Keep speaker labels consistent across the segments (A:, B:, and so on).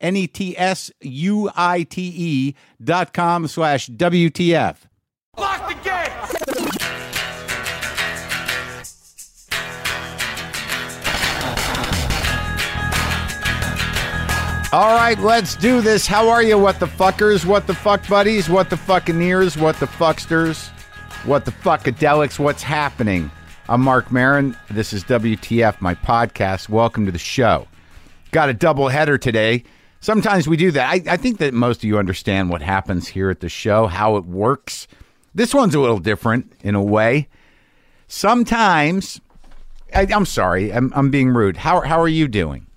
A: N E T S U I T E dot com slash WTF.
B: Lock the gate!
A: All right, let's do this. How are you, what the fuckers, what the fuck buddies, what the fuckineers, what the fucksters, what the fuckadelics, what's happening? I'm Mark Marin. This is WTF, my podcast. Welcome to the show. Got a double header today. Sometimes we do that. I, I think that most of you understand what happens here at the show, how it works. This one's a little different in a way. Sometimes, I, I'm sorry, I'm, I'm being rude. How, how are you doing?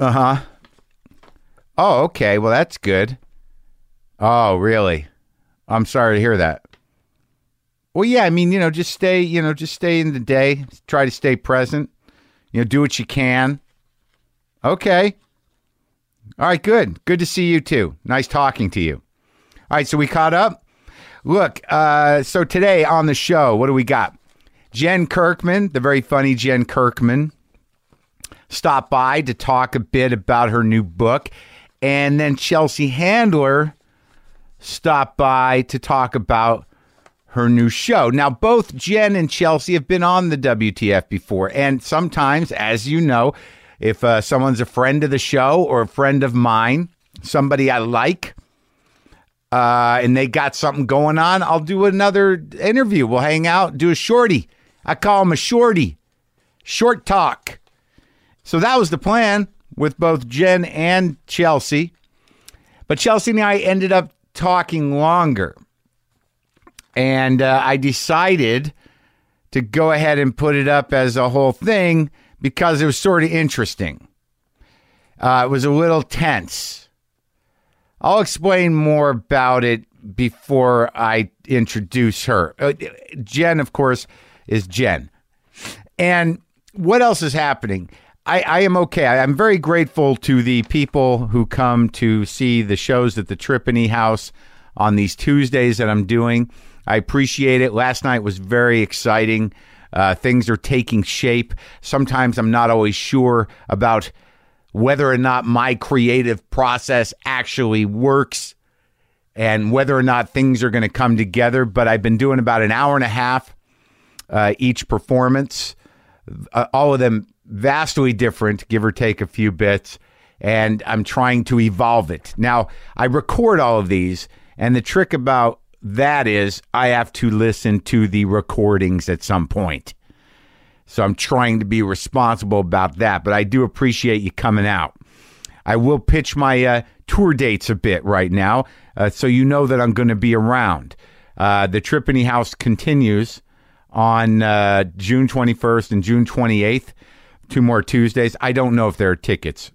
A: Oh, okay. Well, that's good. Oh, really? I'm sorry to hear that. Well, yeah, I mean, you know, just stay, you know, just stay in the day, try to stay present. You know, do what you can. Okay. All right, good. Good to see you too. Nice talking to you. All right, so we caught up. Look, uh, so today on the show, what do we got? Jen Kirkman, the very funny Jen Kirkman stop by to talk a bit about her new book. And then Chelsea Handler stopped by to talk about her new show. Now, both Jen and Chelsea have been on the WTF before. And sometimes, as you know, if uh, someone's a friend of the show or a friend of mine, somebody I like, uh, and they got something going on, I'll do another interview. We'll hang out, do a shorty. I call them a shorty, short talk. So that was the plan with both Jen and Chelsea. But Chelsea and I ended up talking longer. And uh, I decided to go ahead and put it up as a whole thing because it was sort of interesting. Uh, it was a little tense. I'll explain more about it before I introduce her. Uh, Jen, of course, is Jen. And what else is happening? I, I am okay. I, am very grateful to the people who come to see the shows at the Tripany House on these Tuesdays that I'm doing. I appreciate it. Last night was very exciting. Uh, things are taking shape. Sometimes I'm not always sure about whether or not my creative process actually works and whether or not things are going to come together. But I've been doing about an hour and a half uh, each performance uh, all of them vastly different, give or take a few bits. And I'm trying to evolve it. Now, I record all of these, and the trick about that is I have to listen to the recordings at some point. So I'm trying to be responsible about that, but I do appreciate you coming out. I will pitch my uh, tour dates a bit right now, uh, so you know that I'm going to be around. Uh, the Tripany House continues on uh, June 21st and June 28th, two more Tuesdays. I don't know if there are tickets.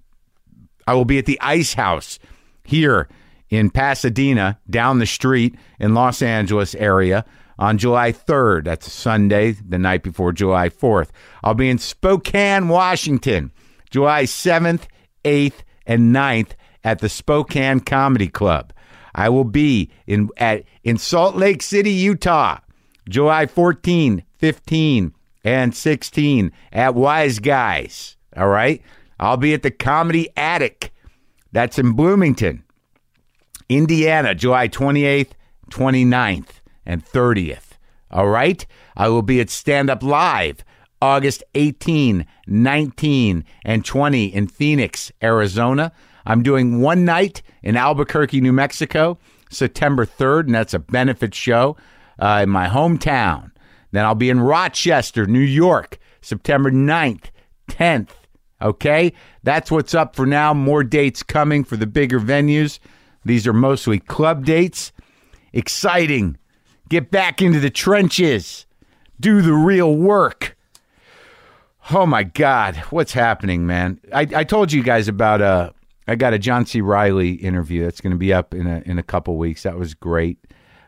A: I will be at the Ice House here in Pasadena, down the street in Los Angeles area on July 3rd. That's a Sunday, the night before July 4th. I'll be in Spokane, Washington, July 7th, 8th, and 9th at the Spokane Comedy Club. I will be in at in Salt Lake City, Utah, July 14, 15, and 16 at Wise Guys. All right? I'll be at the Comedy Attic. That's in Bloomington. Indiana, July 28th, 29th, and 30th. All right? I will be at Stand Up Live August 18, 19, and 20 in Phoenix, Arizona. I'm doing one night in Albuquerque, New Mexico. September 3rd, and that's a benefit show uh, in my hometown. Then I'll be in Rochester, New York, September 9th, 10th. Okay? That's what's up for now. More dates coming for the bigger venues. These are mostly club dates. Exciting. Get back into the trenches. Do the real work. Oh my God, what's happening, man? I, I told you guys about uh I got a John C. Riley interview that's going to be up in a in a couple weeks. That was great.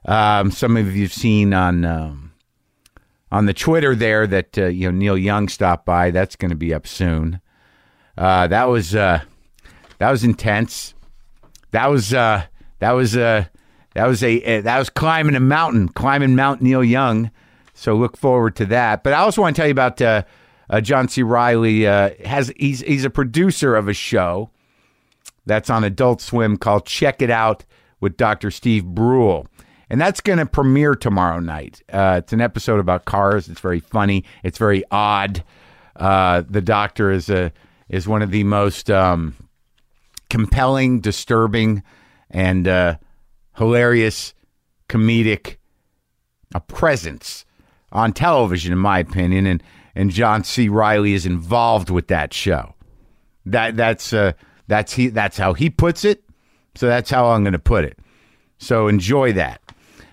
A: Um, some of you've seen on um, on the Twitter there that uh, you know Neil Young stopped by. That's going to be up soon. Uh, that was uh, that was intense. That was uh, that was uh, that was a, a that was climbing a mountain, climbing Mount Neil Young. So look forward to that. But I also want to tell you about uh, uh, John C. Riley. Uh, has he's he's a producer of a show that's on Adult Swim called Check It Out with Dr. Steve Brule. And that's going to premiere tomorrow night. Uh, it's an episode about cars. It's very funny. It's very odd. Uh, the doctor is a is one of the most um, compelling, disturbing, and uh, hilarious comedic a presence on television, in my opinion. And and John C. Riley is involved with that show. That that's uh that's he that's how he puts it. So that's how I'm going to put it. So enjoy that.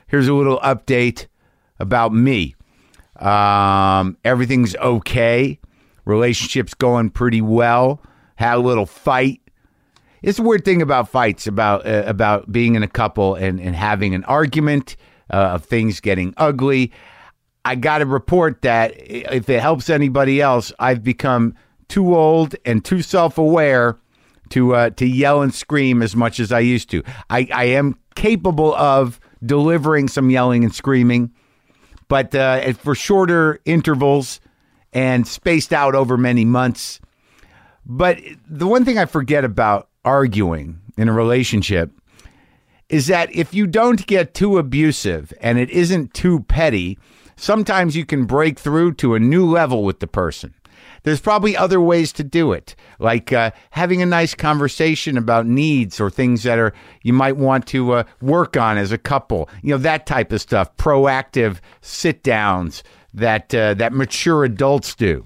A: Here's a little update about me. Um, everything's okay. Relationships going pretty well. Had a little fight. It's the weird thing about fights about uh, about being in a couple and and having an argument uh, of things getting ugly. I got to report that i- if it helps anybody else, I've become too old and too self aware to uh, to yell and scream as much as I used to. I, I am capable of delivering some yelling and screaming, but uh, and for shorter intervals and spaced out over many months. But the one thing I forget about arguing in a relationship is that if you don't get too abusive and it isn't too petty, sometimes you can break through to a new level with the person. There's probably other ways to do it, like uh, having a nice conversation about needs or things that are you might want to uh, work on as a couple. You know that type of stuff, proactive sit downs that uh, that mature adults do.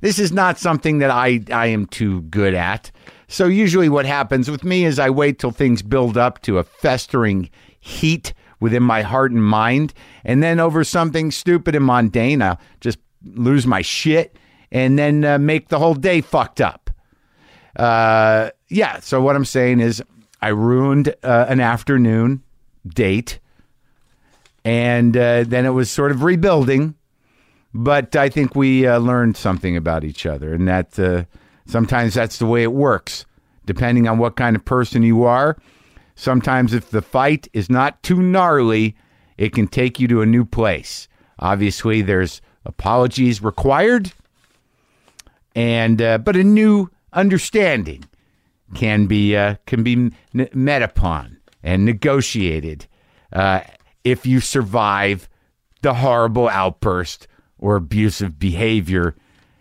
A: This is not something that I, I am too good at. So, usually, what happens with me is I wait till things build up to a festering heat within my heart and mind. And then, over something stupid and mundane, I'll just lose my shit and then uh, make the whole day fucked up. Uh, yeah. So, what I'm saying is, I ruined uh, an afternoon date, and uh, then it was sort of rebuilding but I think we uh, learned something about each other, and that uh, sometimes that's the way it works, depending on what kind of person you are. Sometimes, if the fight is not too gnarly, it can take you to a new place. Obviously, there's apologies required, and uh, but a new understanding can be uh, can be n- met upon and negotiated uh, if you survive the horrible outburst or abusive behavior.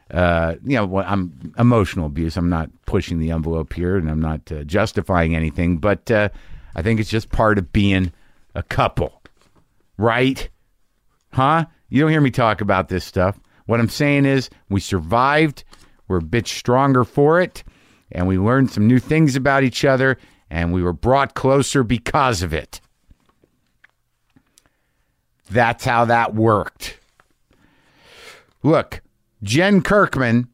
A: Uh, you know, well, I'm emotional abuse. I'm not pushing the envelope here, and I'm not uh, justifying anything. But uh, I think it's just part of being a couple, right? Huh? You don't hear me talk about this stuff. What I'm saying is we survived, we're a bit stronger for it, and we learned some new things about each other, and we were brought closer because of it. That's how that worked. Look, Jen Kirkman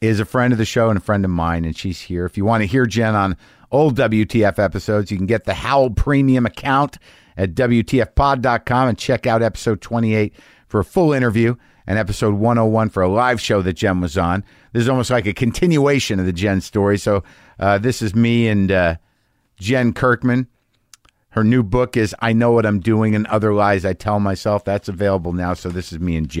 A: is a friend of the show and a friend of mine, and she's here. If you want to hear Jen on old WTF episodes, you can get the Howl Premium account at WTFpod.com and check out episode 28 for a full interview and episode 101 for a live show that Jen was on. This is almost like a continuation of the Jen story. So uh, this is me and uh, Jen Kirkman. Her new book is I Know What I'm Doing and Other Lies I Tell Myself. That's available now. So this is me and Jen.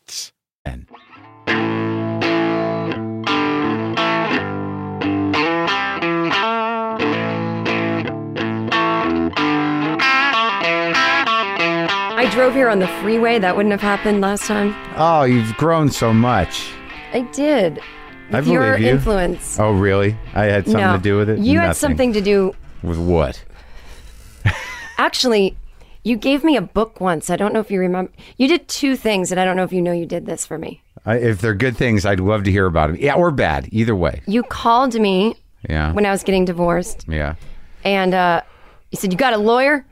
C: And-
D: I drove here on the freeway. That wouldn't have happened last time.
A: Oh, you've grown so much.
D: I did.
A: I
D: With your
A: believe you.
D: influence.
A: Oh, really? I had something
D: no.
A: to do with it?
D: You
A: Nothing.
D: had something to do.
A: With what?
D: Actually, you gave me a book once. I don't know if you remember. You did two things, and I don't know if you know you did this for me.
A: I, if they're good things, I'd love to hear about them. Yeah, or bad. Either way.
D: You called me
A: Yeah.
D: when I was getting divorced,
A: yeah.
D: and uh, you said you got a lawyer.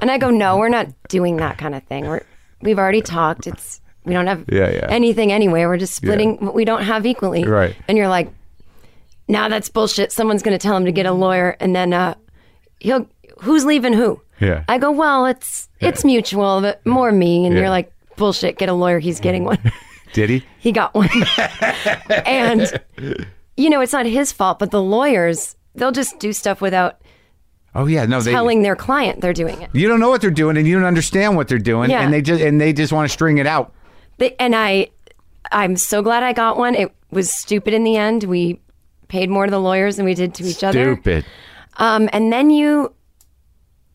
D: and I go, no, we're not doing that kind of thing. We're we've already talked. It's we don't have
A: Yeah, yeah.
D: anything anyway. We're just splitting what we don't have equally.
A: Right.
D: And you're like, nah, that's bullshit. Someone's going to tell him to get a lawyer, and then uh, he'll who's leaving who.
A: Yeah.
D: I go, well, it's it's mutual, but more me. And
A: Yeah.
D: you're like, bullshit. Get a lawyer. He's getting one.
A: Did he?
D: he got one. and you know, it's not his fault, but the lawyers they'll just do stuff without
A: Oh, yeah. No, they.
D: telling their client they're doing it.
A: you don't know what they're doing, and you don't understand what they're doing,
D: Yeah.
A: and they just and they just want to string it out.
D: They, and I, I'm so glad I got one. It was stupid in the end. We paid more to the lawyers than we did to each other.
A: Stupid.
D: Um, and then you,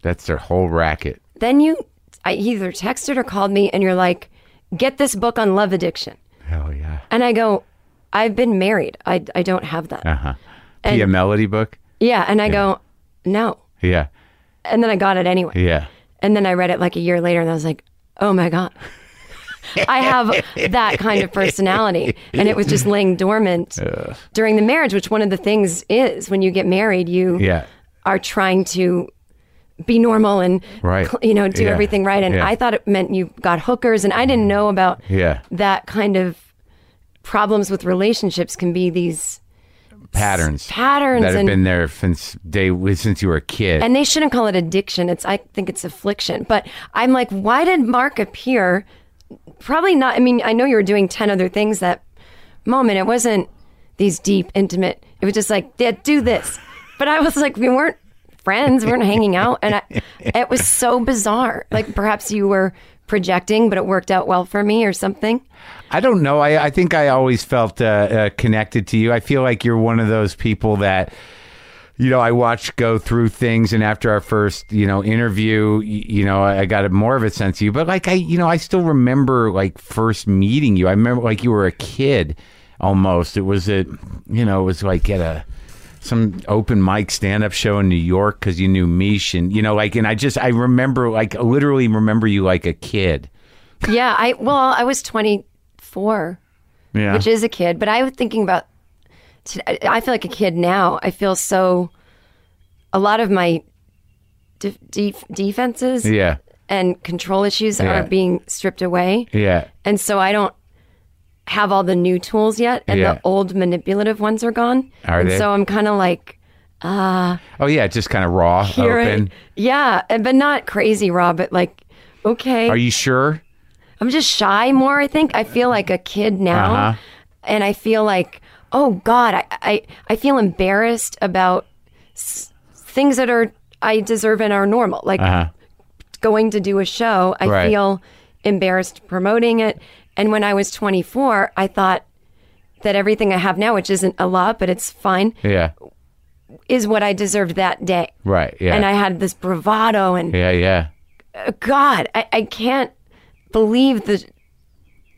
A: That's their whole racket.
D: then you, I either texted or called me, and you're like, "Get this book on love addiction."
A: Oh yeah.
D: And I go, "I've been married. I, I don't have that."
A: Uh huh. Pia Melody book.
D: yeah. And I go, "No."
A: Yeah.
D: And then I got it anyway.
A: Yeah.
D: And then I read it like a year later and I was like, oh my God. I have that kind of personality. And it was just laying dormant during the marriage, which one of the things is when you get married, you
A: Yeah.
D: are trying to be normal and
A: Right.
D: you know do
A: Yeah.
D: everything right and
A: Yeah.
D: i thought it meant you got hookers and i didn't know about
A: Yeah.
D: that kind of problems with relationships can be these
A: Patterns.
D: patterns
A: that have
D: and-
A: been there since day since you were a kid.
D: and they shouldn't call it addiction. It's I think it's affliction. But I'm like, why did Mark appear? Probably not. I mean, I know you were doing ten other things that moment. It wasn't these deep, intimate. It was just like, yeah, do this. But I was like, we weren't friends. We weren't hanging out, and I, it was so bizarre. Like perhaps you were projecting, but it worked out well for me or something.
A: I don't know. I, I think I always felt uh, uh, connected to you. I feel like you're one of those people that, you know, I watched go through things, and after our first, you know, interview, y- you know, I I got a, more of a sense of you. But like I, you know, I still remember like first meeting you. I remember like you were a kid, almost. It was at, you know, it was like at a some open mic stand up show in New York because you knew Mish, and you know, like, and I just I remember like literally remember you like a kid.
D: Yeah. I well, I was 24.
A: Yeah.
D: which is a kid. But I was thinking about. I- I feel like a kid now. I feel so. A lot of my de- def defenses
A: yeah.
D: and control issues
A: Yeah.
D: are being stripped away,
A: Yeah.
D: and so I don't have all the new tools yet, and
A: Yeah.
D: the old manipulative ones are gone.
A: Are
D: and
A: they?
D: So I'm kind of like
A: Oh yeah, it's just kind of raw,
D: here, I-
A: open.
D: yeah, and- but not crazy, Rob. But like, okay,
A: Are you sure?
D: I'm just shy more. I think I feel like a kid now,
A: Uh-huh.
D: and I feel like, oh God, I I, I feel embarrassed about s- things that are I deserve and are normal, like going to do a show. I
A: Uh-huh. Right.
D: feel embarrassed promoting it. And when I was 24, I thought that everything I have now, which isn't a lot, but it's fine,
A: Yeah.
D: is what I deserved that day.
A: Right. Yeah.
D: And I had this bravado and
A: yeah. Yeah.
D: God, I, I can't believe the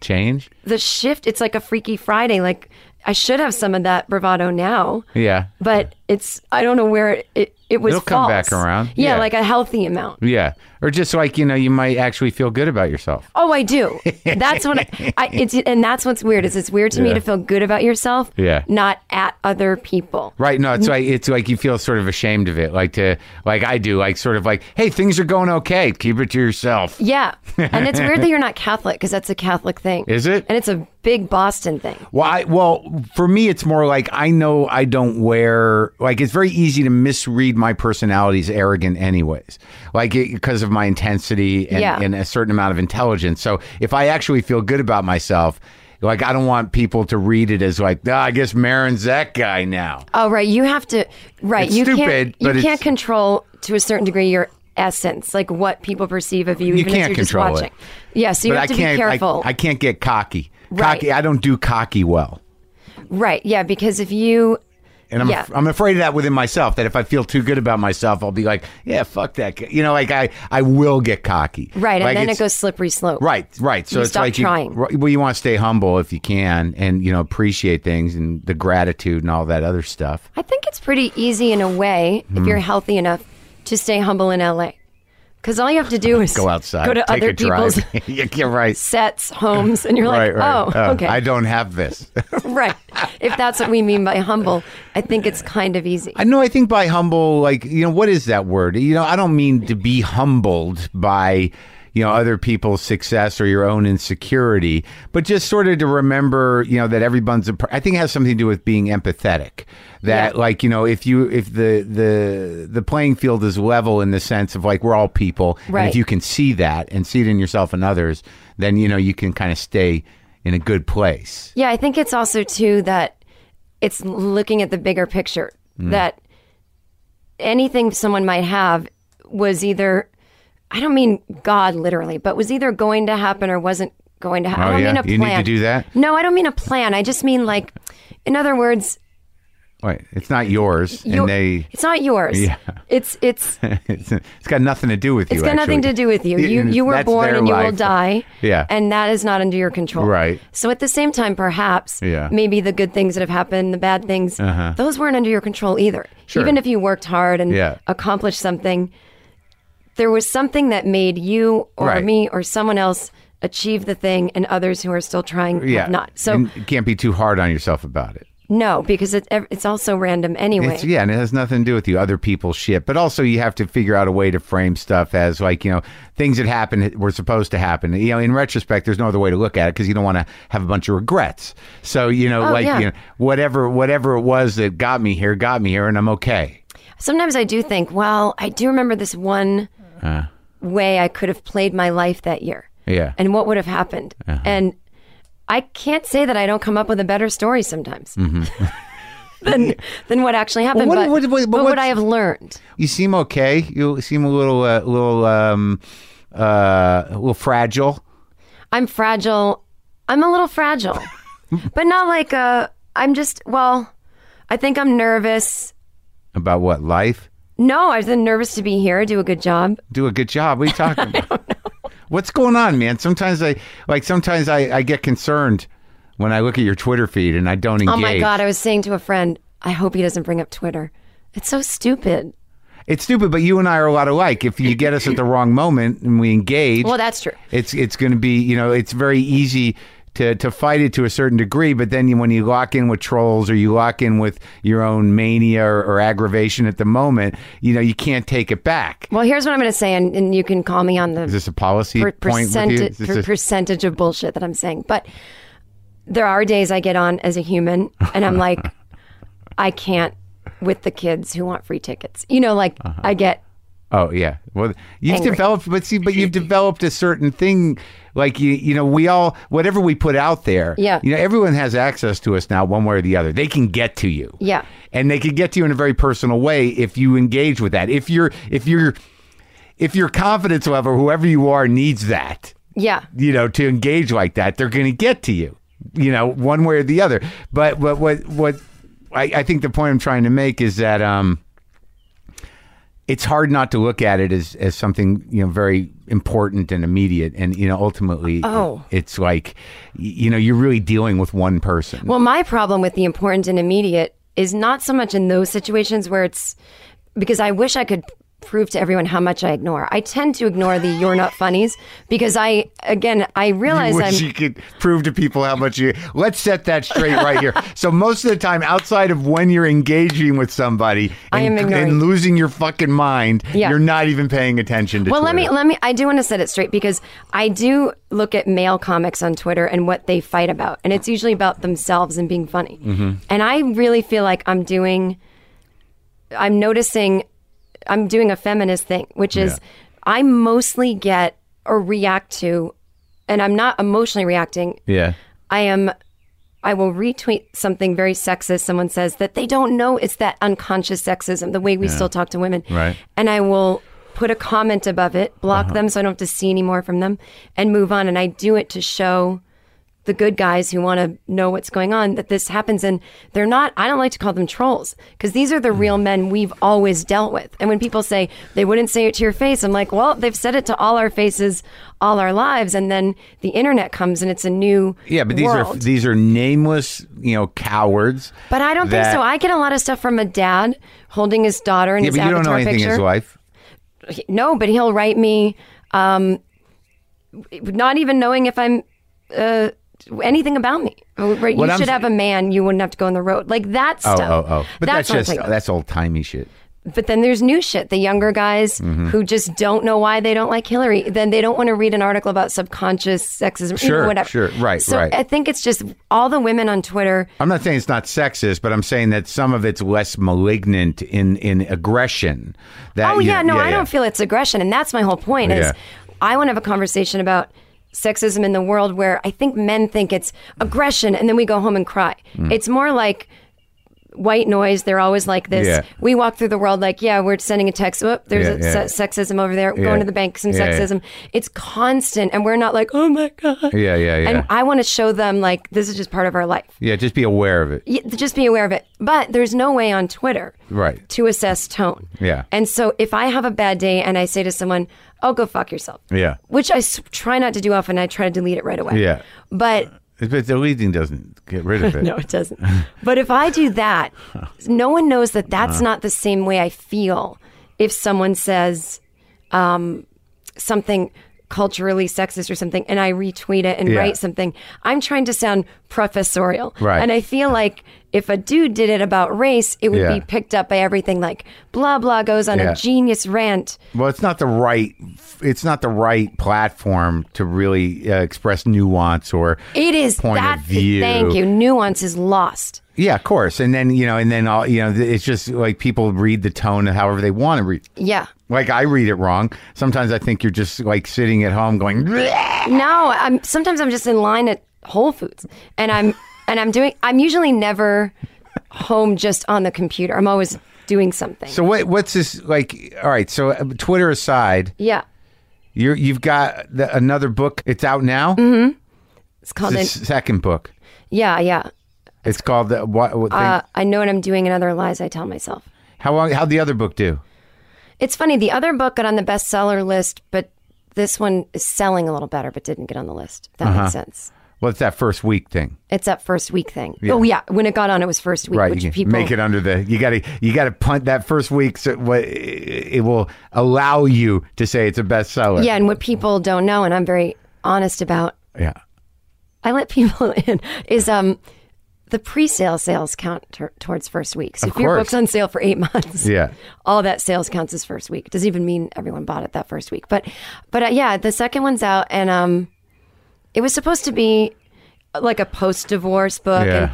C: change.
D: the shift it's like a freaky friday like i should have some of that bravado now
A: Yeah.
D: but it's i don't know where it it, it was
A: It'll come
D: false.
A: back around.
D: yeah,
A: Yeah.
D: like a healthy amount
A: Yeah. Or just like, you know, you might actually feel good about yourself.
D: oh i do that's what I, I it's and that's what's weird is it's weird to me
A: Yeah.
D: to feel good about yourself
A: Yeah.
D: not at other people
A: Right. No, it's
D: Mm.
A: like it's like you feel sort of ashamed of it. Like to like I do, like sort of like, hey, things are going okay. Keep it to yourself.
D: yeah and it's weird that you're not catholic because that's a catholic thing
A: Is it?
D: and it's a big boston thing
A: Well, I, well, for me, it's more like I know I don't wear like it's very easy to misread my personality as arrogant, anyways, like it, because of my intensity and,
D: Yeah.
A: and a certain amount of intelligence. So if I actually feel good about myself, like I don't want people to read it as like, ah, I guess Marin's that guy now.
D: Oh, right. You have to. Right.
A: It's
D: you
A: stupid,
D: can't. You
A: but it's-
D: can't control to a a certain degree your essence, like what people perceive of you. even if
A: can't
D: you're
A: control it.
D: just watching. Yeah. So you
A: but
D: have
A: I
D: to be
A: can't. I-
D: careful.
A: I, can't get cocky. Cocky.
D: Right.
A: I don't do cocky well.
D: right. Yeah. Because if you.
A: And I'm,
D: Yeah.
A: I'm afraid of that within myself. That if I feel too good about myself, I'll be like, "Yeah, fuck that." guy. You know, like I, I will get cocky.
D: Right.
A: Like
D: and then it
A: it's-
D: goes slippery slope.
A: Right, right. So
D: You
A: it's
D: stop
A: like
D: trying.
A: You, right, well, you want to stay humble if you can, and you know appreciate things and the gratitude and all that other stuff.
D: I think it's pretty easy in a way if
A: Hmm.
D: you're healthy enough to stay humble in LA. Because all you have to do is
A: Go outside,
D: go to
A: take
D: other
A: a drive.
D: people's
A: yeah, yeah, right,
D: sets, homes, and you're
A: right, right.
D: like, oh, okay.
A: I don't have this.
D: right. If that's what we mean by humble, I think it's kind of easy.
A: I know. I think by humble, like you know, what is that word? You know, I don't mean to be humbled by you know other people's success or your own insecurity, but just sort of to remember, you know, that everyone's. A, per- I think it has something to do with being empathetic. That
D: Yeah.
A: like you know, if you if the the the playing field is level in the sense of like we're all people, and if
D: Right.
A: you can see that and see it in yourself and others, then you know you can kind of stay in a good place.
D: Yeah, I think it's also too that it's looking at the bigger picture
A: Mm.
D: that anything someone might have was either I don't mean God literally, but was either going to happen or wasn't going to happen.
A: Oh,
D: I don't
A: yeah?
D: mean a
A: You need to
D: plan.
A: do that?
D: No, I don't mean a plan. I just mean like in other words,
A: Right? It's not yours,
D: your-
A: and they.
D: it's not yours.
A: Yeah.
D: It's it's
A: it's, it's got nothing to do with you.
D: it's got nothing to do with you. You you were born and you will die.
A: Yeah.
D: And that is not under your control.
A: Right.
D: So at the same time, perhaps
A: Yeah. Uh-huh.
D: maybe the good things that have happened, the bad things, those weren't under your control either.
A: Sure.
D: Even if you worked hard and
A: Yeah.
D: accomplished something, there was something that made you or
A: Right.
D: me or someone else achieve the thing and others who are still trying
A: Yeah,
D: have not. So
A: And you can't be too hard on yourself about it.
D: no, because it, it's also random anyway.
A: It's, yeah, and it has nothing to do with you, other people's shit. But also, you have to figure out a way to frame stuff as like you know things that happened that were supposed to happen. You know, in retrospect, there's no other way to look at it because you don't want to have a bunch of regrets. So you know,
D: Oh,
A: like
D: yeah.
A: you know, whatever whatever it was that got me here, got me here, and I'm okay.
D: Sometimes I do think, well, I do remember this one way I could have played my life that year.
A: Yeah. Uh-huh.
D: And what would have happened. And I can't say that I don't come up with a better story sometimes than, than what actually happened.
A: Mm-hmm. what-
D: but
A: what- what- but
D: but
A: what's-
D: would I have learned?
A: You seem okay. You seem a little uh, little um uh a little fragile.
D: I'm fragile. I'm a little fragile, but not like a, I'm just, well, I think I'm nervous.
A: About what life?
D: No, I was nervous to be here, do a good job.
A: Do a good job. What are you talking about? What's going on, man? Sometimes I like. Sometimes I, I get concerned when I look at your Twitter feed and I don't engage.
D: Oh my God, I was saying to a friend, I hope he doesn't bring up Twitter. It's so stupid.
A: It's stupid, but you and I are a lot alike. If you get us at the wrong moment and we engage,
D: Well, that's true.
A: it's it's going to be you know it's very easy. To, to fight it to a certain degree, but then you, when you lock in with trolls or you lock in with your own mania or, or aggravation at the moment, you know you can't take it back.
D: Well, here's what I'm going to say, and, and you can call me on
A: Is
D: the
A: this a policy
D: per-
A: point with you? Is
D: percentage,
A: this
D: per-
A: a-
D: percentage of bullshit that I'm saying. But there are days I get on as a human, and I'm like, I can't with the kids who want free tickets. You know, like
A: Uh-huh.
D: I get
A: Oh yeah. Well, you've
D: Angry.
A: developed, but see, but you've developed a certain thing. Like you, you know, we all whatever we put out there.
D: Yeah.
A: You know, everyone has access to us now, one way or the other. They can get to you.
D: Yeah.
A: And they can get to you in a very personal way if you engage with that. If you're, if you're, if your confidence level, whoever you are, needs that
D: yeah.
A: you know, to engage like that, they're going to get to you, you know, one way or the other. But what what what I, I think the point I'm trying to make is that um, it's hard not to look at it as, as something you know very important and immediate and you know ultimately
D: Oh.
A: it's like y- you know you're really dealing with one person
D: Well, my problem with the important and immediate is not so much in those situations where it's because I wish I could prove to everyone how much I ignore. I tend to ignore the you're not funnies because I, again, I realize
A: wish
D: I'm.
A: you could prove to people how much you. Let's set that straight right here. So most of the time, outside of when you're engaging with somebody and,
D: I am ignoring-
A: and losing your fucking mind,
D: Yeah.
A: you're not even paying attention to.
D: Well, let me
A: Twitter.
D: let me. I do want to set it straight because I do look at male comics on Twitter and what they fight about, and it's usually about themselves and being funny. And I really feel like I'm doing, I'm noticing, I'm doing a feminist thing, which is I mostly get or react to, and I'm not emotionally reacting.
A: Yeah.
D: I am. I will retweet something very sexist. Someone says that they don't know it's that unconscious sexism, the way we still talk to women.
A: Right.
D: And I will put a comment above it, block them so I don't have to see any more from them, and move on. And I do it to show the good guys who want to know what's going on that this happens. And they're not, I don't like to call them trolls because these are the
A: Hmm.
D: real men we've always dealt with. And when people say they wouldn't say it to your face, I'm like, well, they've said it to all our faces all our lives. And then the internet comes and it's a new
A: Yeah, but these are
D: world.
A: these are nameless, you know, cowards.
D: But I don't
A: that-
D: think so. I get a lot of stuff from a dad holding his daughter in
A: yeah,
D: his
A: but you don't know
D: avatar
A: anything
D: picture.
A: in his life.
D: No, but he'll write me, um, not even knowing if I'm uh, anything about me. Oh, Right? You
A: What I'm
D: should
A: s-
D: have a man. You wouldn't have to go on the road like that
A: Oh,
D: stuff.
A: oh, oh! But that's,
D: what I'm
A: just
D: talking about.
A: that's old timey shit.
D: But then there's new shit. The younger guys
A: Mm-hmm.
D: who just don't know why they don't like Hillary. Then they don't want to read an article about subconscious sexism. you know,
A: Sure,
D: whatever.
A: sure. Right,
D: So
A: right.
D: I think it's just all the women on Twitter.
A: I'm not saying it's not sexist, but I'm saying that some of it's less malignant in in aggression. That
D: Oh
A: you-
D: yeah, no, I
A: Uh, yeah.
D: don't feel it's aggression, and that's my whole point. Is
A: Yeah.
D: I want to have a conversation about sexism in the world where I think men think it's aggression, and then we go home and cry.
A: Mm.
D: It's more like white noise. They're always like this.
A: Yeah.
D: We walk through the world like, yeah, we're sending a text. Whoop, there's
A: Yeah,
D: a
A: yeah.
D: se- sexism over there.
A: Yeah.
D: Going to the bank, some
A: Yeah, yeah.
D: sexism. It's constant, and we're not like, oh my god.
A: Yeah, yeah, yeah.
D: And I want to show them like this is just part of our life.
A: yeah, just be aware of it.
D: Y- Just be aware of it. But there's no way on Twitter
A: Right.
D: to assess tone.
A: Yeah.
D: And so if I have a bad day and I say to someone, "Oh, go fuck yourself,"
A: Yeah.
D: which I s- try not to do often, I try to delete it right away.
A: Yeah.
D: But
A: But deleting doesn't get rid of it.
D: no, it doesn't. but if I do that, no one knows that
A: Uh-huh.
D: that's not the same way I feel if someone says um, something culturally sexist or something and I retweet it and
A: Yeah.
D: write something. I'm trying to sound professorial.
A: Right.
D: And I feel like if a dude did it about race, it would
A: Yeah.
D: be picked up by everything like blah blah goes on
A: Yeah.
D: a genius rant.
A: Well, it's not the right. It's not the right platform to really uh, express nuance or
D: It is
A: point
D: that's
A: of
D: the-
A: view.
D: thank you. Nuance is lost.
A: Yeah, of course. And then you know, and then all you know, it's just like people read the tone however they want to read.
D: Yeah.
A: Like I read it wrong. Sometimes I think you're just like sitting at home going. "Bleh."
D: No, I'm sometimes I'm just in line at Whole Foods and I'm and I'm doing I'm usually never home just on the computer. I'm always doing something.
A: So what? What's this like? All right. So uh, Twitter aside,
D: yeah.
A: you're, you've got the, another book. It's out now. Mm-hmm.
D: It's called
A: The
D: an,
A: second book.
D: Yeah, yeah.
A: It's called the what? what thing-
D: Uh, I know what I'm doing and other lies I tell myself.
A: how long? How'd the other book do?
D: It's funny, the other book got on the bestseller list, but this one is selling a little better but didn't get on the list. That
A: Uh-huh.
D: makes sense.
A: Well, it's that first week thing.
D: It's that first week thing. Oh yeah, when it got on, it was first week,
A: right
D: which
A: you
D: people
A: make it under the you gotta you gotta punt that first week so what it will allow you to say it's a bestseller
D: Yeah, and what people don't know, and I'm very honest about
A: yeah
D: I let people in is um the pre-sale sales count tor- towards first week. So
A: Of
D: if your
A: course.
D: book's on sale for eight months,
A: Yeah.
D: all that sales counts as first week. Doesn't even mean everyone bought it that first week, but but uh, yeah, the second one's out, and um, it was supposed to be uh, like a post-divorce book.
A: Yeah.
D: And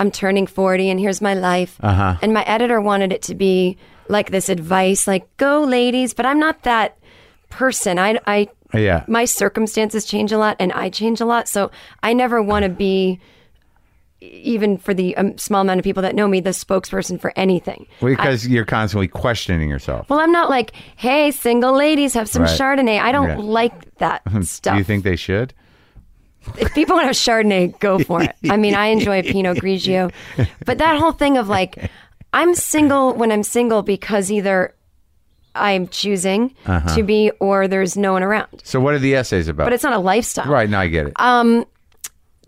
D: I'm turning forty, and here's my life. Uh-huh. And my editor wanted it to be like this advice, like go ladies, but I'm not that person. I I
A: yeah
D: my circumstances change a lot and I change a lot. So I never want to be, e, even for the um, small amount of people that know me, the spokesperson for anything.
A: because you're constantly questioning yourself
D: Well, I'm not like, hey, single ladies, have some
A: Right.
D: Chardonnay. I don't
A: Yeah.
D: like that stuff.
A: do you think they should
D: if people want to have Chardonnay, go for it. I mean, I enjoy Pinot Grigio, but that whole thing of like, I'm single when I'm single because either I'm choosing
A: Uh-huh.
D: to be, or there's no one around.
A: So what are the essays about?
D: But it's Um, not a lifestyle.
A: right now I get it.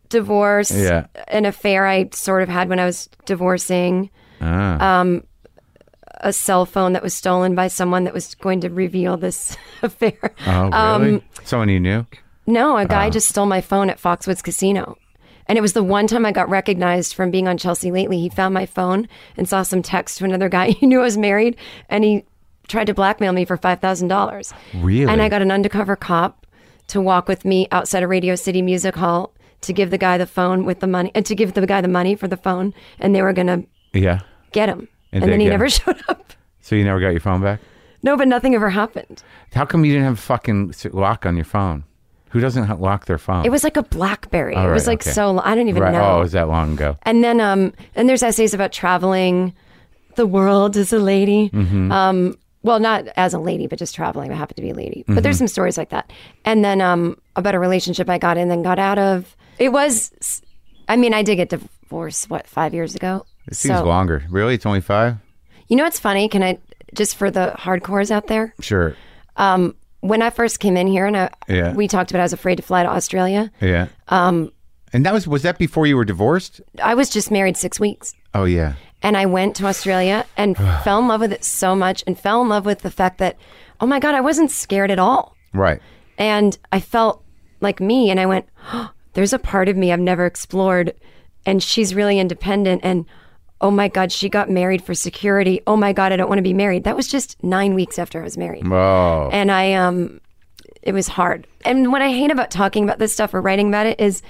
D: Divorce,
A: Yeah.
D: an affair I sort of had when I was divorcing,
A: Ah.
D: um, a cell phone that was stolen by someone that was going to reveal this affair.
A: oh,
D: um,
A: really? Someone you knew?
D: No, a
A: Uh-huh.
D: guy just stole my phone at Foxwoods Casino. And it was the one time I got recognized from being on Chelsea lately. He found my phone and saw some text to another guy. He knew I was married and he tried to blackmail me for $5,000.
A: Really?
D: And I got an undercover cop to walk with me outside of Radio City Music Hall to give the guy the phone with the money and to give the guy the money for the phone. And they were going to
A: Yeah.
D: get him.
A: And
D: And,
A: they
D: then he
A: get
D: never
A: him.
D: showed up.
A: So you never got your phone back?
D: No, but nothing ever happened.
A: How come you didn't have a fucking s- lock on your phone? Who doesn't ha- lock their phone?
D: It was like a Blackberry.
A: All
D: it was
A: right,
D: like
A: okay.
D: so long. I don't even
A: right.
D: know.
A: Oh, it was that long ago?
D: And then um and there's essays about traveling the world as a lady.
A: Mm-hmm.
D: Um well not as a lady, but just traveling. I happen to be a lady. But
A: Mm-hmm.
D: there's some stories like that. And then um about a relationship I got in then got out of. It was I mean, I did get divorced what, five years ago?
A: It seems longer. Really? It's only five?
D: You know what's funny? Can I just for the hardcores out there?
A: Sure.
D: When I first came in here and I,
A: Yeah.
D: we talked about I was afraid to fly to Australia.
A: Yeah. Um, and that was was that before you were divorced?
D: I was just married six weeks.
A: Oh yeah.
D: and I went to Australia and fell in love with it so much and fell in love with the fact that, oh my God, I wasn't scared at all.
A: Right.
D: And I felt like me and I went, oh, there's a part of me I've never explored. And she's really independent. And oh my God, she got married for security. Oh my God, I don't want to be married. That was just nine weeks after I was married.
A: Oh.
D: And I, um, it was hard. And what I hate about talking about this stuff or writing about it is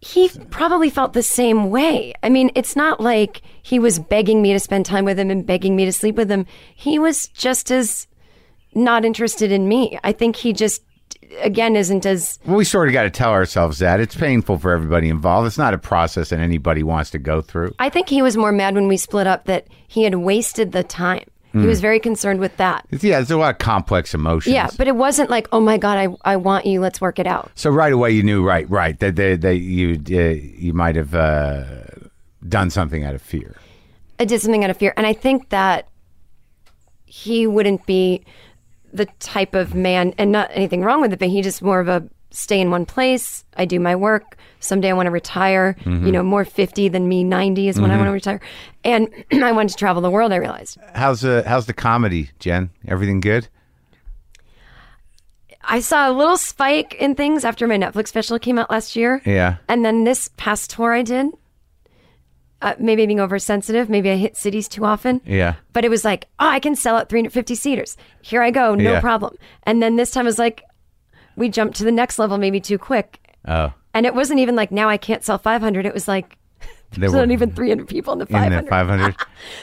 D: he probably felt the same way. I mean, it's not like he was begging me to spend time with him and begging me to sleep with him. He was just as not interested in me. I think he just, again, isn't as
A: Well, we sort of got to tell ourselves that it's painful for everybody involved. It's not a process that anybody wants to go through.
D: I think he was more mad when we split up that he had wasted the time. He was very concerned with that.
A: It's, yeah, there's a lot of complex emotions.
D: Yeah, but it wasn't like, oh my God, I, I want you. Let's work it out.
A: so right away you knew, right, right, that they, they you uh, you might have uh, done something out of fear.
D: I did something out of fear. And I think that he wouldn't be the type of man, and not anything wrong with it, but he just more of a stay in one place. I do my work. Someday I want to retire. You know, more 50 than me 90 is when I want to retire. And I wanted to travel the world, I realized.
A: How's the how's the comedy, Jen? Everything good?
D: I saw a little spike in things after my Netflix special came out last year.
A: Yeah.
D: And then this past tour I did, uh, maybe being oversensitive, maybe I hit cities too often.
A: Yeah.
D: But it was like, oh, I can sell out 350 seaters. Here I go, no
A: Yeah.
D: problem. And then this time it was like, we jumped to the next level maybe too quick.
A: Oh,
D: And it wasn't even like, now I can't sell 500. It was like,
A: they
D: there's
A: were
D: not even 300 people in the
A: in
D: 500.
A: the 500.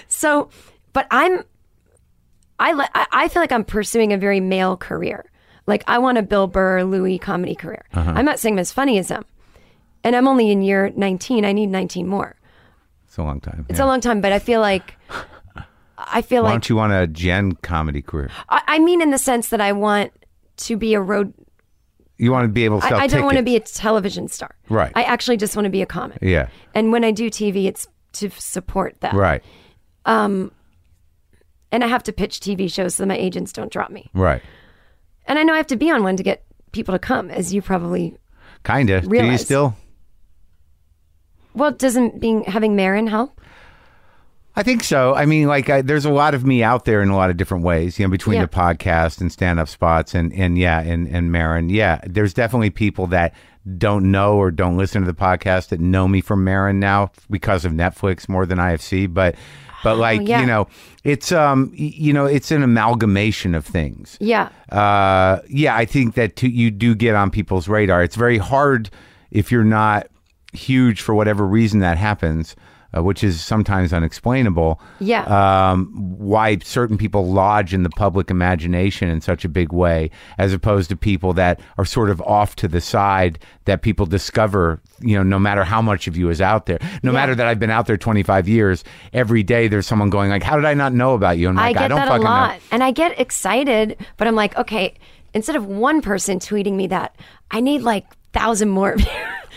D: So, but I'm, I, li- I I feel like I'm pursuing a very male career. Like I want a Bill Burr, Louis comedy career.
A: Uh-huh.
D: I'm not saying I'm as funny as them. And I'm only in year 19. I need 19 more.
A: it's a long time.
D: It's
A: yeah.
D: a long time, but I feel like, I feel
A: Why
D: like
A: don't you want a Jen comedy career?
D: I, I mean, in the sense that I want to be a road.
A: You want to be able to
D: I,
A: sell
D: I don't want to
A: tickets.
D: be a television star.
A: Right.
D: I actually just want to be a comic.
A: Yeah.
D: And when I do TV, it's to f- support that.
A: Right.
D: And I have to pitch TV shows so that my agents don't drop me.
A: Right.
D: And I know I have to be on one to get people to come, as you probably.
A: Kinda. Do you
D: Realize.
A: still?
D: Well, doesn't being having Marin help?
A: I think so. I mean, like, I, there's a lot of me out there in a lot of different ways. You know, between
D: Yeah.
A: the podcast and stand-up spots, and and yeah, and and Marin. Yeah, there's definitely people that don't know or don't listen to the podcast that know me from Marin now because of Netflix more than IFC. But, but like,
D: Oh, yeah.
A: you know, it's um, y- you know, it's an amalgamation of things.
D: Yeah.
A: uh, yeah, I think that too, you do get on people's radar. It's very hard if you're not huge for whatever reason that happens, uh, which is sometimes unexplainable.
D: Yeah.
A: Um, why certain people lodge in the public imagination in such a big way, as opposed to people that are sort of off to the side that people discover, you know, no matter how much of you is out there, no matter that I've been out there 25 years, every day there's someone going like, how did I not know about you? And I'm
D: I
A: like,
D: get
A: I don't
D: that a
A: fucking
D: lot.
A: know.
D: And I get excited, but I'm like, okay, instead of one person tweeting me that, I need like thousand more of you.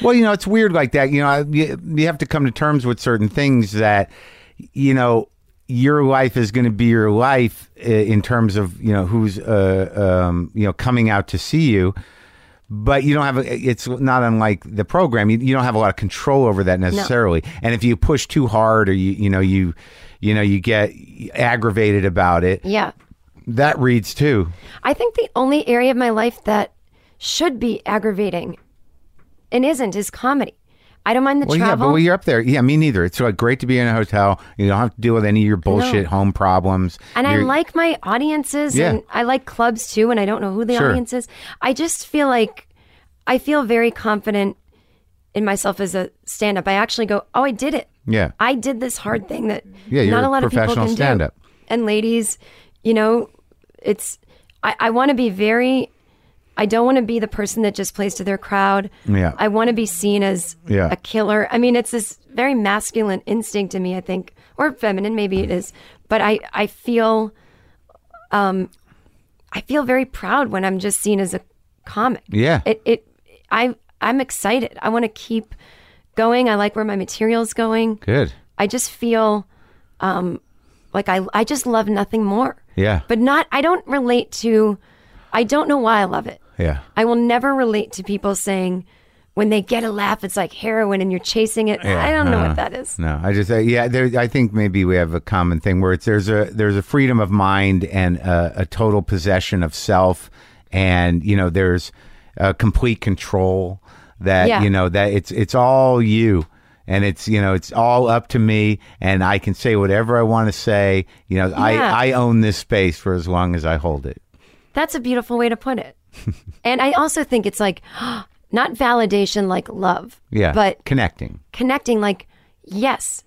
A: Well, you know, it's weird like that. You know, I- you, you have to come to terms with certain things that, you know, your life is going to be your life i- in terms of you know who's uh, um, you know coming out to see you. But you don't have a, it's not unlike the program. You, you don't have a lot of control over that necessarily. And if you push too hard, or you you know you you know you get aggravated about it,
D: Yeah.
A: that reads too.
D: I think the only area of my life that should be aggravating and isn't is comedy. I don't mind the
A: Well, yeah,
D: travel.
A: but well, you're up there. Yeah, me neither. It's like great to be in a hotel. You don't have to deal with any of your bullshit home problems.
D: and I
A: You're-
D: like my audiences
A: Yeah.
D: and I like clubs too and I don't know who the
A: Sure.
D: audience is. I just feel like I feel very confident in myself as a stand up. I actually go, "Oh, I did it.
A: Yeah.
D: I did this hard thing that
A: Yeah, you're
D: not a
A: a
D: lot of people
A: professional
D: can do."
A: stand-up.
D: And ladies, you know, it's I, I want to be very I don't want to be the person that just plays to their crowd.
A: Yeah.
D: I want to be seen as
A: Yeah.
D: a killer. I mean, it's this very masculine instinct in me, I think, or feminine, maybe it is. But I, I feel, um, I feel very proud when I'm just seen as a comic.
A: Yeah.
D: It, it, I, I'm excited. I want to keep going. I like where my material's going.
A: good.
D: I just feel, um, like I, I just love nothing more.
A: Yeah.
D: But not, I don't relate to, I don't know why I love it.
A: Yeah.
D: I will never relate to people saying when they get a laugh, it's like heroin and you're chasing it. I don't know
A: Uh-huh.
D: what that is.
A: No, I just uh, yeah. There, I think maybe we have a common thing where it's there's a there's a freedom of mind and uh, a, a total possession of self, and you know there's a complete control that
D: Yeah.
A: you know that it's it's all you. And it's you know it's all up to me, and I can say whatever I want to say. You know,
D: Yeah.
A: I I own this space for as long as I hold it.
D: That's a beautiful way to put it. and I also think it's like not validation like love,
A: Yeah,
D: but
A: connecting.
D: connecting like, yes,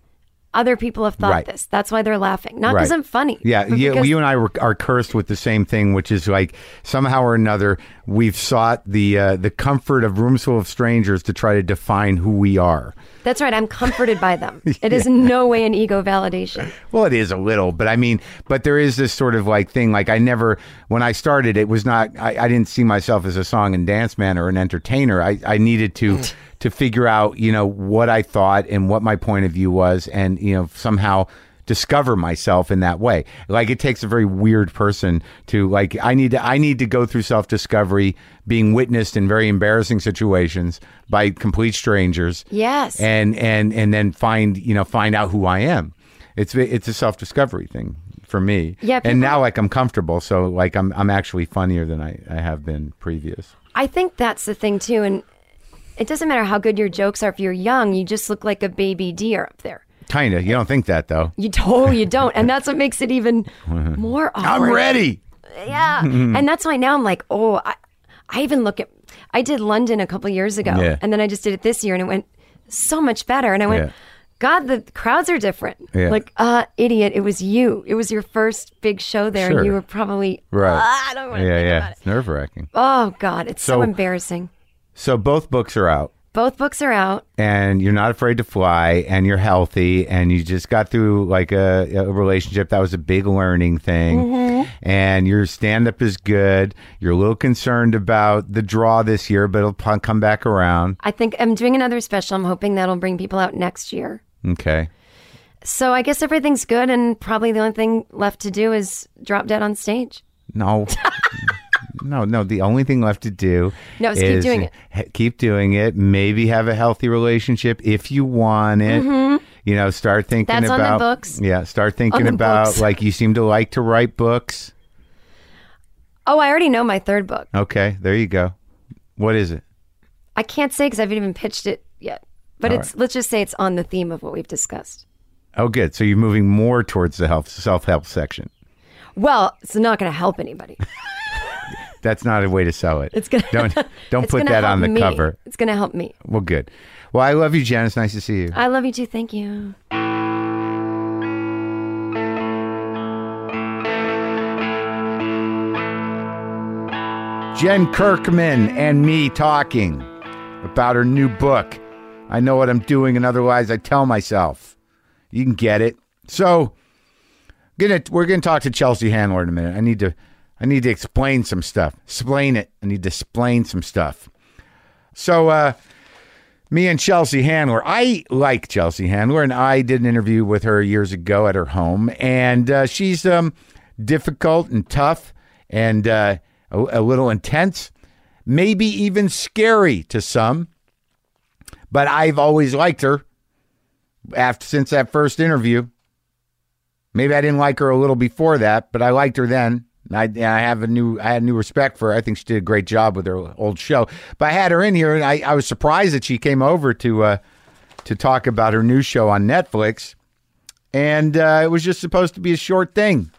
D: other people have thought
A: Right.
D: this. That's why they're laughing. Not because
A: Right.
D: I'm funny.
A: Yeah,
D: but
A: you,
D: because-
A: you and I were, are cursed with the same thing, which is like somehow or another we've sought the uh, the comfort of rooms full of strangers to try to define who we are.
D: that's right. I'm comforted by them. It is in no way an ego validation.
A: Well, it is a little, but I mean, but there is this sort of like thing. Like I never, when I started, it was not. I, I didn't see myself as a song and dance man or an entertainer. I, I needed to to figure out, you know, what I thought and what my point of view was, and you know, somehow discover myself in that way. Like it takes a very weird person to like. I need to. I need to go through self discovery, being witnessed in very embarrassing situations by complete strangers
D: Yes.
A: and and and then find you know find out who I am. It's it's a self discovery thing for me.
D: Yeah, people-
A: and now like I'm comfortable, so like I'm I'm actually funnier than I, I have been previous.
D: I think that's the thing too, and it doesn't matter how good your jokes are. If you're young, you just look like a baby deer up there.
A: Kinda. You don't think that though.
D: You don't, you don't, and that's what makes it even more
A: I'm
D: awkward.
A: ready. Mm-hmm.
D: Yeah, and that's why now I'm like, oh, I, I even look at. I did London a couple years ago,
A: Yeah.
D: and then I just did it this year, and it went so much better. And I went,
A: Yeah.
D: God, the crowds are different.
A: Yeah.
D: Like, uh, idiot, it was you. It was your first big show there,
A: Sure.
D: and you were probably
A: Right.
D: "Ah, I don't want to
A: yeah,
D: think
A: yeah.
D: about it.
A: It's nerve wracking.
D: Oh God, it's so
A: So-
D: embarrassing.
A: So both books are out.
D: Both books are out.
A: and you're not afraid to fly and you're healthy and you just got through like a, a relationship that was a big learning thing
D: Mm-hmm.
A: and your stand up is good you're a little concerned about the draw this year but it'll pon- come back around
D: I think I'm doing another special. I'm hoping that'll bring people out next year.
A: okay
D: So I guess everything's good, and probably the only thing left to do is drop dead on stage.
A: no no no the only thing left to do
D: No, is
A: is
D: keep doing it.
A: h- keep doing it maybe have a healthy relationship if you want it you know start thinking
D: Mm-hmm. That's on
A: about
D: the books.
A: yeah start thinking
D: the
A: about
D: books.
A: like you seem to like to write books
D: Oh, I already know my third book.
A: Okay, there you go. What is it?
D: I can't say because I haven't even pitched it yet. But
A: All
D: it's let's just say it's on the theme of what we've discussed.
A: Oh, good. So you're moving more towards the health self help section.
D: Well, it's not going to help anybody.
A: That's not a way to sell it.
D: It's gonna
A: don't don't
D: it's
A: put
D: gonna
A: that on
D: help
A: the
D: me.
A: cover.
D: It's going to help me.
A: Well, good. Well, I love you, Janice. Nice to see you.
D: I love you too. Thank you.
A: Jen Kirkman and me talking about her new book. I know what I'm doing, and otherwise I tell myself. You can get it. So, gonna we're gonna talk to Chelsea Handler in a minute. I need to I need to explain some stuff. Explain it. I need to explain some stuff. So, uh, me and Chelsea Handler. I like Chelsea Handler, and I did an interview with her years ago at her home, and uh, she's um, difficult and tough and uh, a, a little intense, maybe even scary to some. But I've always liked her after since that first interview. Maybe I didn't like her a little before that, but I liked her then. And I, and I have a new, I had new respect for her. I think she did a great job with her old show. But I had her in here, and I, I was surprised that she came over to uh, to talk about her new show on Netflix. And uh, it was just supposed to be a short thing.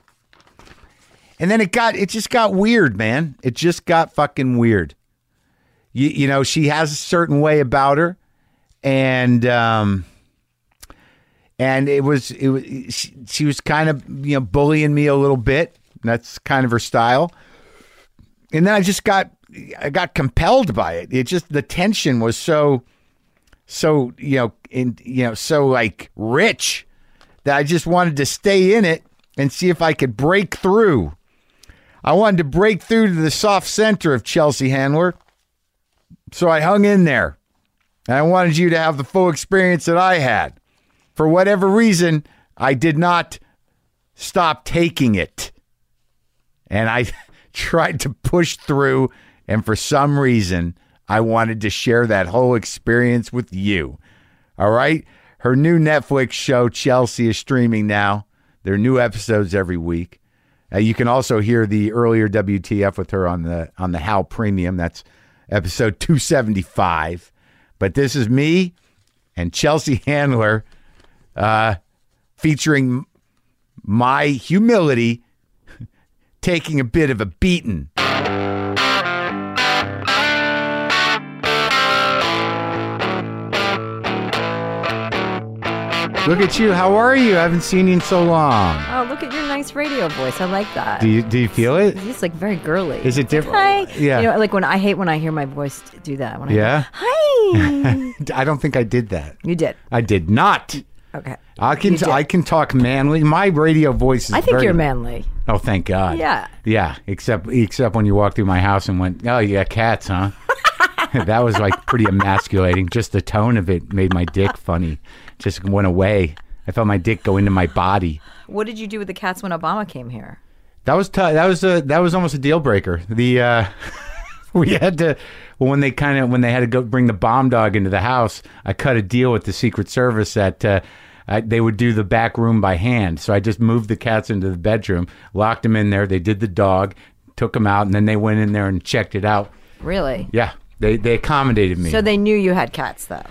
A: And then it got, it just got weird, man. It just got fucking weird. You, you know, she has a certain way about her, and um, and it was it was she, she was kind of you know bullying me a little bit. And that's kind of her style. And then I just got I got compelled by it. It just the tension was so so you know in you know so like rich that I just wanted to stay in it and see if I could break through. I wanted to break through to the soft center of Chelsea Handler. So I hung in there. And I wanted you to have the full experience that I had for whatever reason, I did not stop taking it. And I tried to push through. And for some reason, I wanted to share that whole experience with you. All right. Her new Netflix show, Chelsea, is streaming now. There are new episodes every week. Uh, you can also hear the earlier WTF with her on the on the How Premium. That's episode 275. But this is me and Chelsea Handler uh, featuring my humility taking a bit of a beating. Look at you. How are you? I haven't seen you in so long.
E: Oh, look at your nice radio voice. I like that.
A: Do you, do you feel it?
E: It's like very girly.
A: Is it different?
E: Hi.
A: Yeah.
E: You know, like when I hate when I hear my voice do that. When I
A: Yeah?
E: Hi.
A: I don't think I did that.
E: you did.
A: I did not.
E: Okay.
A: I can
E: You did.
A: I can talk manly. My radio voice is
E: I think
A: Oh, very
E: you're manly.
A: Oh, thank God.
E: Yeah.
A: Yeah. Except except when you walked through my house and went, oh yeah, cats, huh? that was like pretty emasculating. Just the tone of it made my dick funny. Just went away. I felt my dick go into my body.
E: What did you do with the cats when Obama came here?
A: That was tough. That was a that was almost a deal breaker. The uh, we had to well, when they kind of when they had to go bring the bomb dog into the house. I cut a deal with the Secret Service that uh, I, they would do the back room by hand. So I just moved the cats into the bedroom, locked them in there. They did the dog, took them out, and then they went in there and checked it out.
E: Really?
A: Yeah, they they accommodated me.
E: So they knew you had cats, though.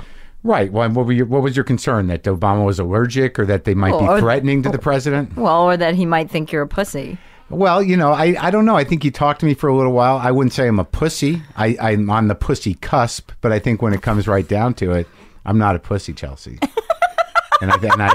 A: right. Well, what were your, what was your concern that Obama was allergic or that they might
E: Oh,
A: be
E: I-
A: threatening to the president?
E: Well, or that he might think you're a pussy.
A: Well, you know, I, I don't know. I think you talked to me for a little while. I wouldn't say I'm a pussy. I, I'm on the pussy cusp, but I think when it comes right down to it, I'm not a pussy, Chelsea. and I and I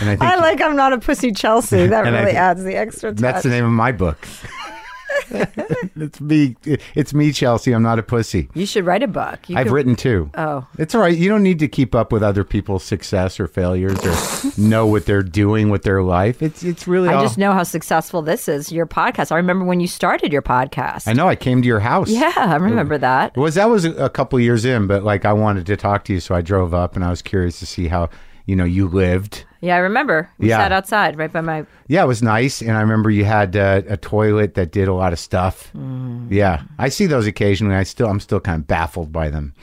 A: and I think
E: I like I'm not a pussy Chelsea. That
A: And I
E: really
A: think-
E: adds the extra touch.
A: that's the name of my book. it's me. It's me, Chelsea. I'm not a pussy.
E: You should write a book. You
A: I've
E: could-
A: written two.
E: Oh.
A: it's all right. You don't need to keep up with other people's success or failures or know what they're doing with their life. It's it's really.
E: I
A: all-
E: just know how successful this is, your podcast. I remember when you started your podcast.
A: I know. I came to your house.
E: Yeah, I remember that.
A: It was that was a- a couple years in, but like I wanted to talk to you, so I drove up and I was curious to see how you know you lived.
E: Yeah, I remember. We
A: Yeah.
E: sat outside right by my.
A: Yeah, it was nice, and I remember you had uh, a toilet that did a lot of stuff.
E: Mm.
A: Yeah, I see those occasionally. I still I'm still kind of baffled by them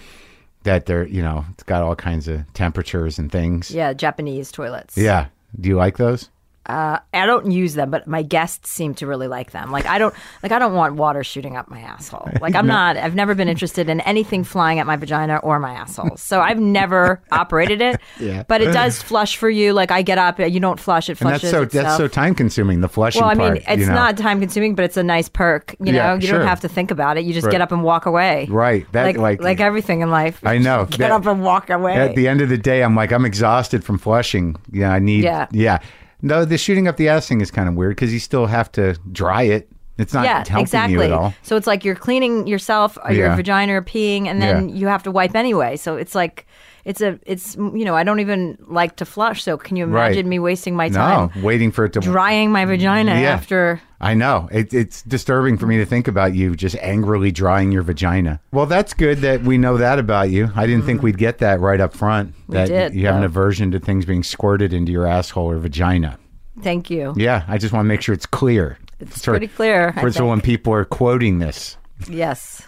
A: that they're you know it's got all kinds of temperatures and things.
E: Yeah, Japanese toilets.
A: Yeah. Do you like those?
E: I don't use them, but my guests seem to really like them. Like I don't like I don't want water shooting up my asshole. Like I'm not I've never been interested in anything flying at my vagina or my asshole. So I've never operated it.
A: Yeah.
E: But it does flush for you. Like I get up, you don't flush, it
A: And
E: flushes.
A: that's so that's
E: itself.
A: so time consuming. The flushing
E: well, I mean,
A: part.
E: it's
A: you know?
E: not time consuming, but it's a nice perk. You know,
A: Yeah,
E: you
A: sure.
E: don't have to think about it. You just
A: Right.
E: get up and walk away.
A: Right. That,
E: like,
A: like-
E: like everything in life.
A: I know.
E: Get
A: That-
E: up and walk away.
A: At the end of the day, I'm like, I'm exhausted from flushing. Yeah, I need. Yeah.
E: Yeah.
A: No, the shooting up the ass thing is kind of weird because you still have to dry it. It's not
E: yeah,
A: helping
E: exactly.
A: you at all.
E: So it's like you're cleaning yourself, or
A: Yeah.
E: your vagina, or peeing, and then
A: Yeah.
E: you have to wipe anyway. So it's like it's a it's you know I don't even like to flush. So can you imagine me wasting my
A: No,
E: time
A: waiting for it to
E: drying my vagina
A: Yeah.
E: after?
A: I know. It, it's disturbing for me to think about you just angrily drying your vagina. Well, that's good that we know that about you. I didn't think we'd get that right up front. that
E: Mm. did,
A: you have an
E: though.
A: aversion to things being squirted into your asshole or vagina.
E: Thank you.
A: Yeah, I just want to make sure it's clear. It's
E: pretty clear, I
A: For so when people are quoting this.
E: Yes,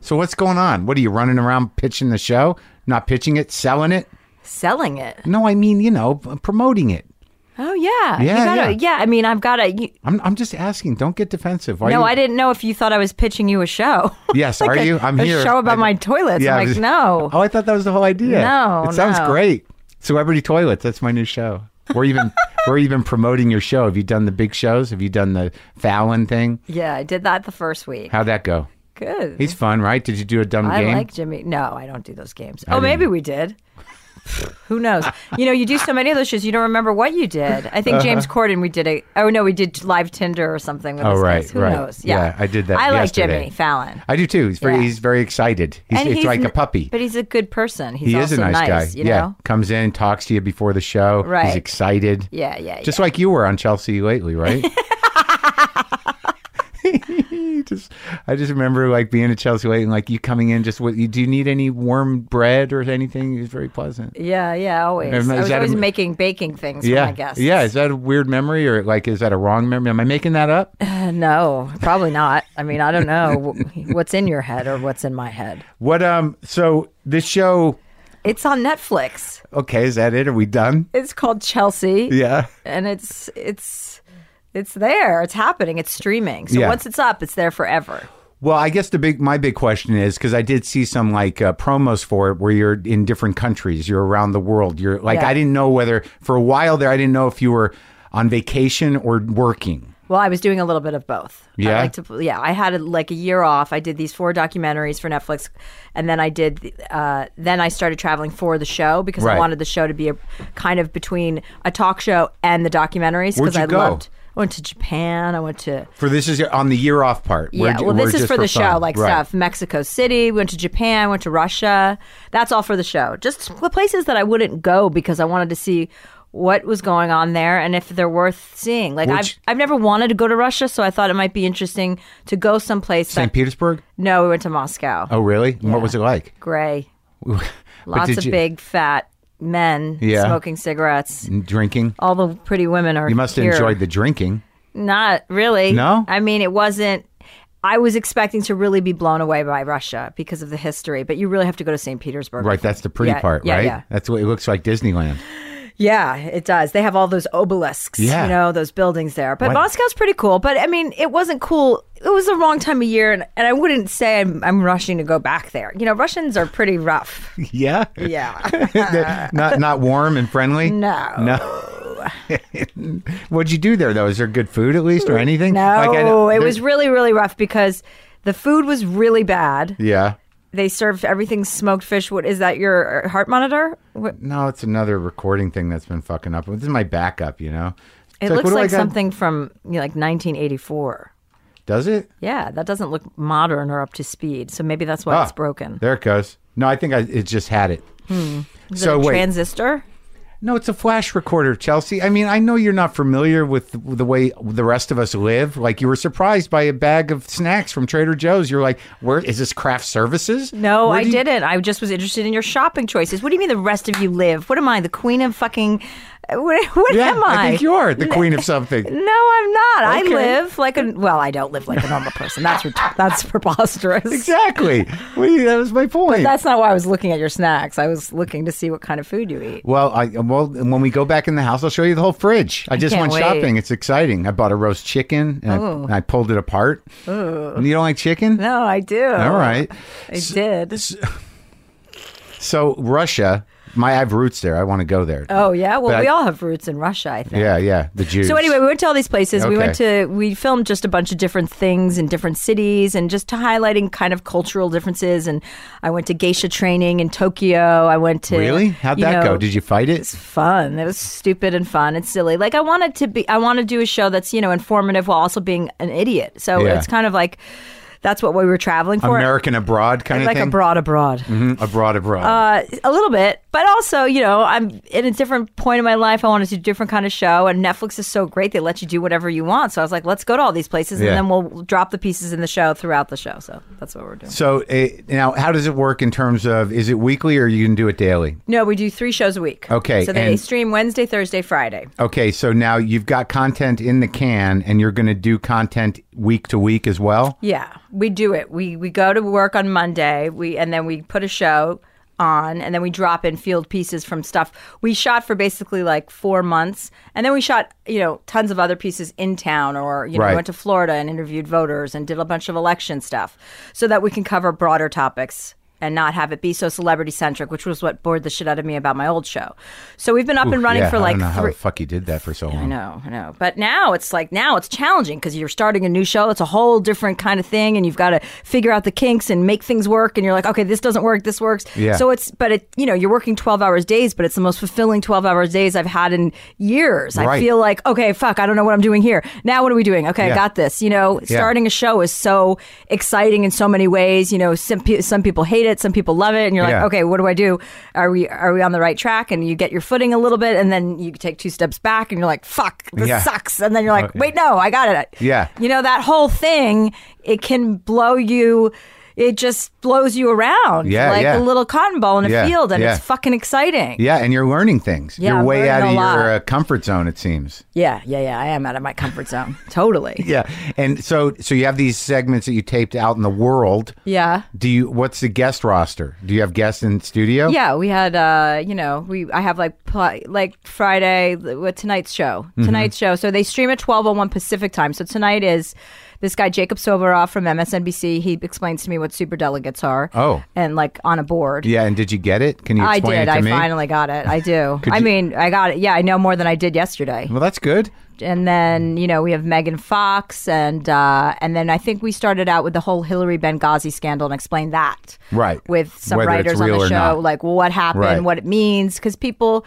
A: So what's going on? What are you running around pitching the show? Not pitching it, selling it?
E: selling it.
A: No, I mean, you know, p- promoting it.
E: Oh yeah,
A: Yeah,
E: You gotta,
A: yeah.
E: yeah. I mean, I've got to.
A: I'm, I'm just asking. Don't get defensive. Why
E: No,
A: you-
E: I didn't know if you thought I was pitching you a show.
A: Yes, are you? I'm
E: a
A: here.
E: show about
A: I-
E: my toilets.
A: Yeah, I
E: I'm like,
A: was-
E: no.
A: Oh, I thought that was the whole idea.
E: No,
A: it sounds
E: no.
A: great. Celebrity toilets. That's my new show. Where you been? where you been promoting your show? Have you done the big shows? Have you done the Fallon thing?
E: Yeah, I did that the first week.
A: How'd that go?
E: Good.
A: He's fun, right? Did you do a dumb
E: I
A: game?
E: like Jimmy. No, I don't do those games. oh, maybe we did. Who knows? You know, you do so many of those shows, you don't remember what you did. I
A: Uh-huh.
E: think James Corden, we did a. Oh no, we did live Tinder or something. With
A: Oh,
E: his
A: right,
E: guys. Who
A: right.
E: knows? Yeah.
A: Yeah, I did that
E: I like
A: yesterday.
E: Jimmy Fallon.
A: I do too. He's very
E: Yeah.
A: he's very excited. He's,
E: And
A: it's
E: he's
A: like a
E: n-
A: puppy.
E: But he's a good person. He's
A: he is
E: also
A: a nice, guy.
E: You
A: yeah,
E: know.
A: comes in, talks to you before the show. He's
E: Right.
A: excited.
E: Yeah, yeah,
A: Just like you were on Chelsea lately, right? just, I just remember like being at Chelsea lately, and like you coming in. Just what? you- Do you need any warm bread or anything? It was very pleasant.
E: Yeah, yeah, always.
A: Is
E: I was
A: that a-
E: always making baking things for
A: yeah,
E: my guests.
A: yeah. Is that a weird memory or like is that a wrong memory? Am I making that up?
E: Uh, no, probably not. I mean, I don't know wh- what's in your head or what's in my head.
A: What? Um. So this show.
E: It's on Netflix.
A: Okay, is that it? Are we done?
E: It's called Chelsea,
A: Yeah.
E: and it's it's it's there. It's happening. It's streaming. So
A: Yeah.
E: once it's up, it's there forever.
A: Well, I guess the big my big question is because I did see some like uh, promos for it where you're in different countries, you're around the world. You're like
E: Yeah.
A: I didn't know whether for a while there I didn't know if you were on vacation or working.
E: Well, I was doing a little bit of both.
A: Yeah?
E: I like to, yeah, I had like a year off. I did these four documentaries for Netflix, and then I did. Uh, then I started traveling for the show because
A: Right.
E: I wanted the show to be a kind of between a talk show and the documentaries
A: Where'd
E: because
A: you
E: I
A: go?
E: loved. I went to Japan. I went to
A: For this is on the year off part.
E: yeah.
A: We're-
E: well,
A: we're
E: this is
A: just
E: for the
A: fun.
E: show, like
A: Right.
E: stuff. Mexico City. We went to Japan. Went to Russia. That's all for the show. Just the places that I wouldn't go because I wanted to see what was going on there and if they're worth seeing. Like
A: Which-
E: I've I've never wanted to go to Russia, so I thought it might be interesting to go someplace.
A: St.
E: that-
A: Petersburg.
E: no, we went to Moscow.
A: Oh, really? And What was it like?
E: Gray.
A: But
E: Lots
A: did
E: of
A: you-
E: big fat men
A: Yeah.
E: smoking cigarettes.
A: drinking.
E: All the pretty women are.
A: You must have
E: here.
A: enjoyed the drinking.
E: Not really.
A: No?
E: I mean, it wasn't. I was expecting to really be blown away by Russia because of the history, but you really have to go to St. Petersburg.
A: Right, that's the pretty
E: Yeah,
A: part,
E: yeah,
A: right?
E: yeah.
A: That's what it looks like Disneyland.
E: Yeah, it does. They have all those obelisks,
A: Yeah.
E: you know, those buildings there. But
A: Right.
E: Moscow's pretty cool. But I mean, it wasn't cool. It was the wrong time of year, and, and I wouldn't say I'm, I'm rushing to go back there. You know, Russians are pretty rough.
A: Yeah.
E: Yeah.
A: not not warm and friendly.
E: No.
A: No. What'd you do there though? Is there good food at least or anything?
E: No,
A: Like, I know-
E: it
A: there-
E: was really, really rough because the food was really bad.
A: Yeah.
E: They served everything smoked fish. What is that? Your heart monitor? What,
A: No, it's another recording thing that's been fucking up. This is my backup, you know. It's
E: It looks
A: what do I
E: like
A: got-
E: something from you know, like 1984.
A: Does it?
E: Yeah, that doesn't look modern or up to speed. So maybe that's why
A: Ah,
E: it's broken.
A: There it goes. No, I think I, it just had it.
E: Is
A: so
E: it a
A: wait,
E: transistor?
A: no, it's a flash recorder, Chelsea. I mean, I know you're not familiar with the, the way the rest of us live. Like you were surprised by a bag of snacks from Trader Joe's. You're like, where is this craft services?
E: No,
A: Where
E: I
A: do you-
E: didn't. I just was interested in your shopping choices. What do you mean the rest of you live? What am I, the queen of fucking? What, what
A: Yeah,
E: am I?
A: I think you are the queen of something.
E: No, I'm not.
A: Okay.
E: I live like a well. I don't live like a normal person. That's ret- that's preposterous.
A: Exactly. Well, that was my point.
E: That's not why I was looking at your snacks. I was looking to see what kind of food you eat.
A: well, I well when we go back in the house, I'll show you the whole fridge. I just
E: can't
A: went
E: wait. Oh.
A: shopping. It's exciting. I bought a roast chicken and, I, and I pulled it apart. You don't like chicken?
E: No, I do.
A: All right.
E: I did.
A: So Russia, my I have roots there. I want to go there.
E: Oh yeah. Well,
A: But
E: we
A: I-
E: all have roots in Russia, I think.
A: Yeah, yeah. The Jews.
E: So anyway, we went to all these places. We went
A: Okay.
E: to we filmed just a bunch of different things in different cities and just highlighting kind of cultural differences. And I went to geisha training in Tokyo. I went to
A: really? How'd
E: you
A: that
E: know,
A: go? Did you fight it?
E: it's fun. It was stupid and fun and silly. Like I wanted to be, I want to do a show that's you know informative while also being an idiot. So
A: Yeah.
E: it's kind of like That's what we were traveling for.
A: American abroad kind
E: like
A: of thing.
E: abroad, abroad.
A: Mhm. abroad, abroad.
E: Uh, a little bit, but also, you know, I'm in a different point in my life. I wanted to do a different kind of show, and Netflix is so great; they let you do whatever you want. So I was like, let's go to all these places,
A: Yeah.
E: and then we'll drop the pieces in the show throughout the show. So that's what we're doing.
A: so uh, now, how does it work in terms of is it weekly or you can do it daily?
E: No, we do three shows a week.
A: Okay,
E: so they
A: and-
E: stream Wednesday, Thursday, Friday.
A: Okay, so now you've got content in the can, and you're going to do content week to week as well.
E: Yeah, we do it. We we go to work on Monday. We and then we put a show on, and then we drop in field pieces from stuff we shot for basically like four months, and then we shot you know tons of other pieces in town, or you know
A: Right.
E: we went to Florida and interviewed voters and did a bunch of election stuff, so that we can cover broader topics. And not have it be so celebrity centric, which was what bored the shit out of me about my old show. So we've been up and running
A: yeah,
E: for like
A: I don't know how
E: three,
A: the fuck you did that for so long.
E: I know, I know. But now it's like now it's challenging because you're starting a new show. It's a whole different kind of thing, and you've got to figure out the kinks and make things work. And you're like, okay, this doesn't work, this works.
A: Yeah.
E: So it's, but it, you know, you're working 12 hours days, but it's the most fulfilling 12 hours days I've had in years. I
A: Right.
E: feel like, okay, fuck, I don't know what I'm doing here. Now what are we doing? Okay,
A: Yeah.
E: I got this. You know, starting a show is so exciting in so many ways. You know, some pe- some people hate it, some people love it, and you're like,
A: Yeah.
E: okay, what do I do? Are we are we on the right track? And you get your footing a little bit, and then you take two steps back, and you're like, fuck, this
A: Yeah.
E: sucks. And then you're like,
A: Okay.
E: wait, no, I got it.
A: Yeah.
E: you know that whole thing, it can blow you. It just blows you around,
A: Yeah,
E: like
A: yeah.
E: a little cotton ball in a
A: Yeah,
E: field, and
A: yeah.
E: it's fucking exciting.
A: Yeah, and you're learning things.
E: Yeah,
A: you're
E: I'm
A: way out of
E: learning a lot.
A: your uh, comfort zone, it seems.
E: yeah, yeah, yeah. I am out of my comfort zone, totally.
A: Yeah, and so so you have these segments that you taped out in the world.
E: Yeah.
A: Do you? What's the guest roster? Do you have guests in studio?
E: Yeah, we had uh, you know, we I have like pl- like Friday with tonight's show.
A: Mm-hmm.
E: Tonight's show. So they stream at 12:01 Pacific time. So tonight is this guy Jacob Soboroff from MSNBC. He explains to me what super delegates are.
A: Oh.
E: And like on a board.
A: Yeah, and did you get it? Can you
E: I
A: explain
E: did.
A: it to
E: I
A: me?
E: finally got it. I do. I
A: you-
E: mean, I got it. Yeah, I know more than I did yesterday.
A: Well, that's good.
E: And then, you know, we have Megan Fox and uh, and then I think we started out with the whole Hillary Benghazi scandal and explained that
A: Right.
E: with some
A: Whether it's
E: writers on
A: real
E: the
A: or
E: show,
A: not.
E: like what happened,
A: Right.
E: what it means, because people.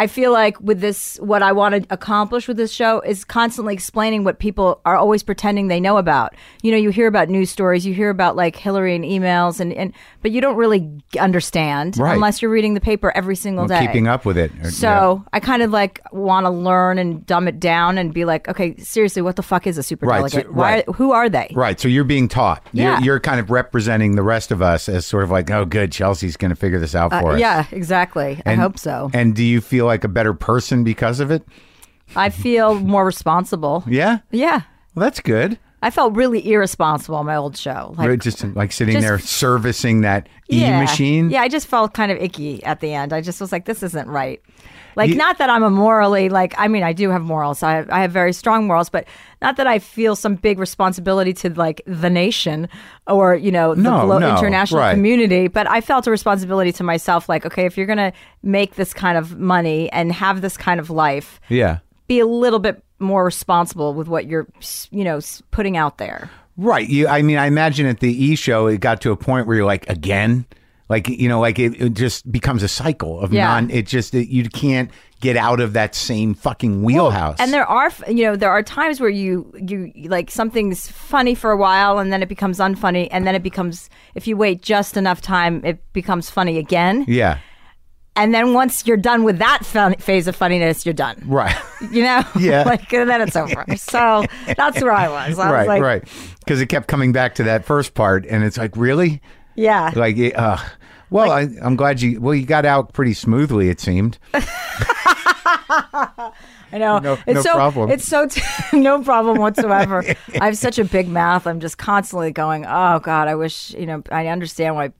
E: I feel like with this, what I want to accomplish with this show is constantly explaining what people are always pretending they know about. You know, you hear about news stories, you hear about like Hillary and emails, and, and but you don't really understand
A: Right.
E: unless you're reading the paper every single day.
A: Keeping up with it. Or-
E: So I kind of like want to learn and dumb it down and be like, okay, seriously, what the fuck is a super
A: Right, so-
E: delegate? Why?
A: right.
E: Who are they?
A: Right. So you're being taught.
E: Yeah.
A: You're, you're kind of representing the rest of us as sort of like, oh, good, Chelsea's going to figure this out for us.
E: Uh, Yeah, exactly.
A: And-
E: I hope so.
A: And do you feel like a better person because of it?
E: I feel more responsible.
A: Yeah.
E: Yeah.
A: Well, that's good.
E: I felt really irresponsible on my old show. Like,
A: Right, just like sitting
E: just-
A: there servicing that
E: yeah.
A: e machine.
E: Yeah, I just felt kind of icky at the end. I just was like, this isn't right. Like,
A: You-
E: not that I'm a morally, like, I mean, I do have morals. I have, I have very strong morals, but not that I feel some big responsibility to, like, the nation or, you know, the
A: No,
E: glo-
A: no,
E: international
A: right.
E: community. But I felt a responsibility to myself, like, okay, if you're going to make this kind of money and have this kind of life,
A: Yeah.
E: be a little bit more responsible with what you're, you know, s- putting out there.
A: Right. You. I mean, I imagine at the E show, it got to a point where you're like, again, like you know, like it, it just becomes a cycle of
E: Yeah.
A: non. It just it, you can't get out of that same fucking wheelhouse.
E: And there are, f- you know, there are times where you you like something's funny for a while, and then it becomes unfunny, and then it becomes if you wait just enough time, it becomes funny again.
A: yeah.
E: And then once you're done with that fun- phase of funniness, you're done.
A: Right.
E: You know,
A: Yeah.
E: like and then it's over. so that's where I was. I
A: right.
E: was like,
A: right. Because it kept coming back to that first part, and it's like, really,
E: yeah.
A: like, it- uh, well, I, I'm glad you. Well, you got out pretty smoothly, it seemed.
E: I know.
A: No-
E: it's
A: no
E: so,
A: problem.
E: It's so t- no problem whatsoever. I have such a big mouth. I'm just constantly going, "Oh God, I wish you know." I understand why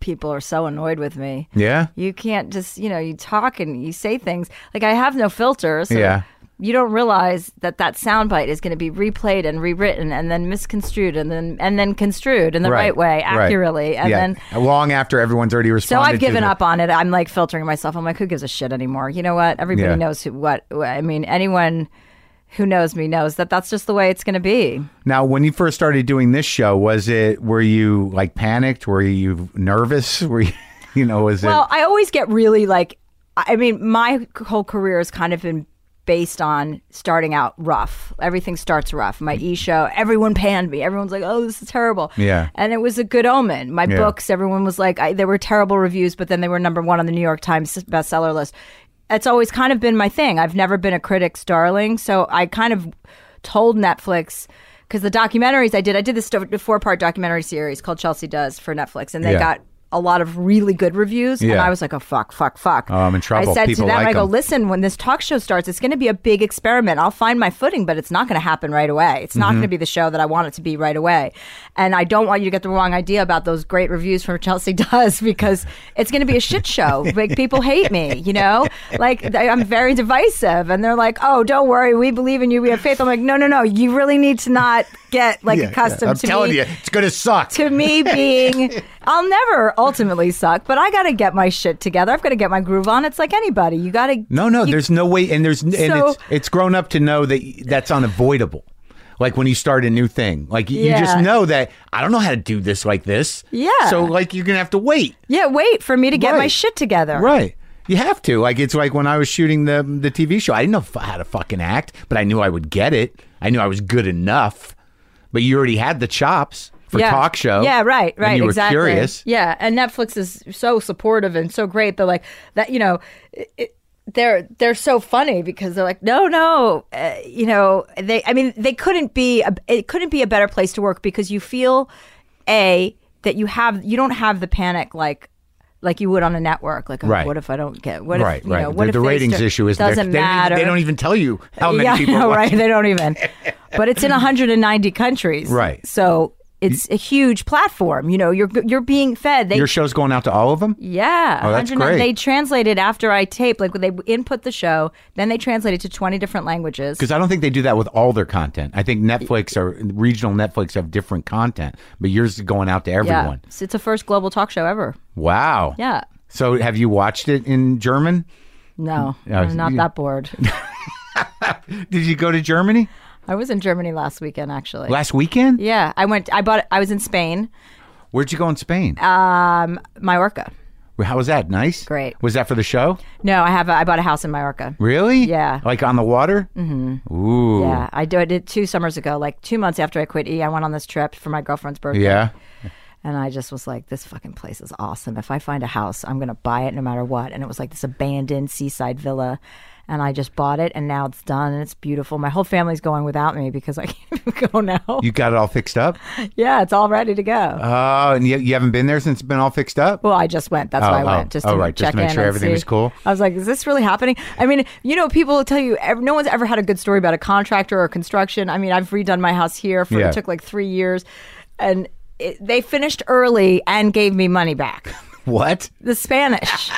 E: people are so annoyed with me.
A: Yeah.
E: You can't just you know you talk and you say things like I have no filter. So
A: Yeah.
E: You don't realize that that soundbite is going to be replayed and rewritten and then misconstrued and then and then construed in the right, way
A: right.
E: accurately and
A: Yeah.
E: then
A: long after everyone's already
E: so
A: responded.
E: I've given
A: to the-
E: up on it. I'm like filtering myself. I'm like, who gives a shit anymore? You know what? Everybody
A: Yeah.
E: knows who, what. I mean, anyone who knows me knows that that's just the way it's going to be.
A: Now, when you first started doing this show, was it were you like panicked? Were you nervous? Were you, you know, was
E: Well, I always get really like, I I mean, my whole career has kind of been based on starting out rough. Everything starts rough. My
A: Mm.
E: e show, everyone panned me. Everyone's like, "Oh, this is terrible."
A: Yeah.
E: and it was a good omen. My
A: Yeah.
E: books, everyone was like, I, there were terrible reviews, but then they were number one on the New York Times bestseller list. It's always kind of been my thing. I've never been a critic's darling, so I kind of told Netflix because the documentaries I did, I did this four part documentary series called Chelsea Does for Netflix, and they
A: Yeah.
E: got a lot of really good reviews, and
A: Yeah.
E: I was like, oh fuck, fuck, fuck.
A: Oh, I'm in trouble.
E: I said
A: People
E: to them,
A: like
E: I go,
A: 'em.
E: listen, when this talk show starts, it's going to be a big experiment. I'll find my footing, but it's not going to happen right away. It's
A: Mm-hmm.
E: not going to be the show that I want it to be right away. And I don't want you to get the wrong idea about those great reviews from Chelsea Does because it's going to be a shit show. like people hate me, you know? Like they, I'm very divisive and they're like, "Oh, don't worry. We believe in you. We have faith." I'm like, "No, no, no. You really need to not get like accustomed
A: I'm
E: to
A: telling
E: me
A: you, it's gonna suck.
E: to me being I'll never ultimately suck, but I got to get my shit together. I've got to get my groove on. It's like anybody. You got to
A: No, no, there's no way, and there's and it's
E: So-
A: it's grown up to know that that's unavoidable. Like when you start a new thing, like you you just
E: Yeah.
A: know that I don't know how to do this like this.
E: Yeah.
A: So like you're gonna have to wait.
E: Yeah, wait for me to get my
A: Right.
E: shit together.
A: Right. You have to. Like it's like when I was shooting the the TV show, I didn't know f- how to fucking act, but I knew I would get it. I knew I was good enough. But you already had the chops for
E: yeah.
A: talk show.
E: Yeah, right,
A: and
E: right,
A: you were
E: exactly.
A: curious.
E: Yeah, and Netflix is so supportive and so great. They're like that, you know. It, they're they're so funny because they're like no no uh, you know they I mean they couldn't be a, it couldn't be a better place to work because you feel a that you have you don't have the panic like like you would on a network like oh,
A: Right.
E: what if I don't get what
A: Right,
E: if you
A: right.
E: know,
A: The-
E: what
A: the
E: if they
A: ratings
E: start-
A: issue is there.
E: doesn't
A: They don't even-
E: matter
A: They don't even tell you how many
E: yeah,
A: people
E: I know,
A: are
E: right?
A: watching.
E: They don't even. But it's in 190 countries,
A: Right.
E: So it's a huge platform. You know, you're you're being fed. They
A: Your show's going out to all of them?
E: yeah,
A: Oh, that's
E: 190
A: great.
E: They translate it after I tape. Like they input the show, then they translate it to 20 different languages.
A: Because I don't think they do that with all their content. I think Netflix or regional Netflix have different content, but yours is going out to everyone.
E: Yeah, So it's the first global talk show ever.
A: Wow.
E: Yeah.
A: So have you watched it in German? Mm.
E: No,
A: Yeah,
E: I'm not
A: you-
E: that bored.
A: Did you go to Germany
E: I was in Germany last weekend, actually.
A: last weekend?
E: yeah, I went. I bought. I was in Spain,
A: Where'd you go in Spain?
E: Mallorca.
A: How was that? Nice.
E: Uh, Great.
A: Was that for the show?
E: No, I have. A, I bought a house in Mallorca.
A: Really?
E: Yeah.
A: Like on the water? Mm-hmm. Ooh.
E: Yeah, I do- I did two summers ago, like two months after I quit E. I went on this trip for my girlfriend's birthday,
A: Yeah.
E: and I just was like, "This fucking place is awesome. If I find a house, I'm gonna buy it no matter what." And it was like this abandoned seaside villa, and I just bought it, and now it's done, and it's beautiful. My whole family's going without me because I can't even go now.
A: You got it all fixed up?
E: yeah, it's all ready to go.
A: Oh, and you, you haven't been there since it's been all fixed up?
E: Well, I just went. That's why
A: Oh,
E: I
A: oh,
E: went just
A: oh,
E: to
A: right, just
E: check
A: to make
E: in
A: sure
E: and
A: everything
E: see.
A: was cool.
E: I was like, "Is this really happening?" I mean, you know, people will tell you ev- no one's ever had a good story about a contractor or construction. I mean, I've redone my house here for
A: Yeah.
E: it took like three years, and it, they finished early and gave me money back.
A: What?
E: The Spanish.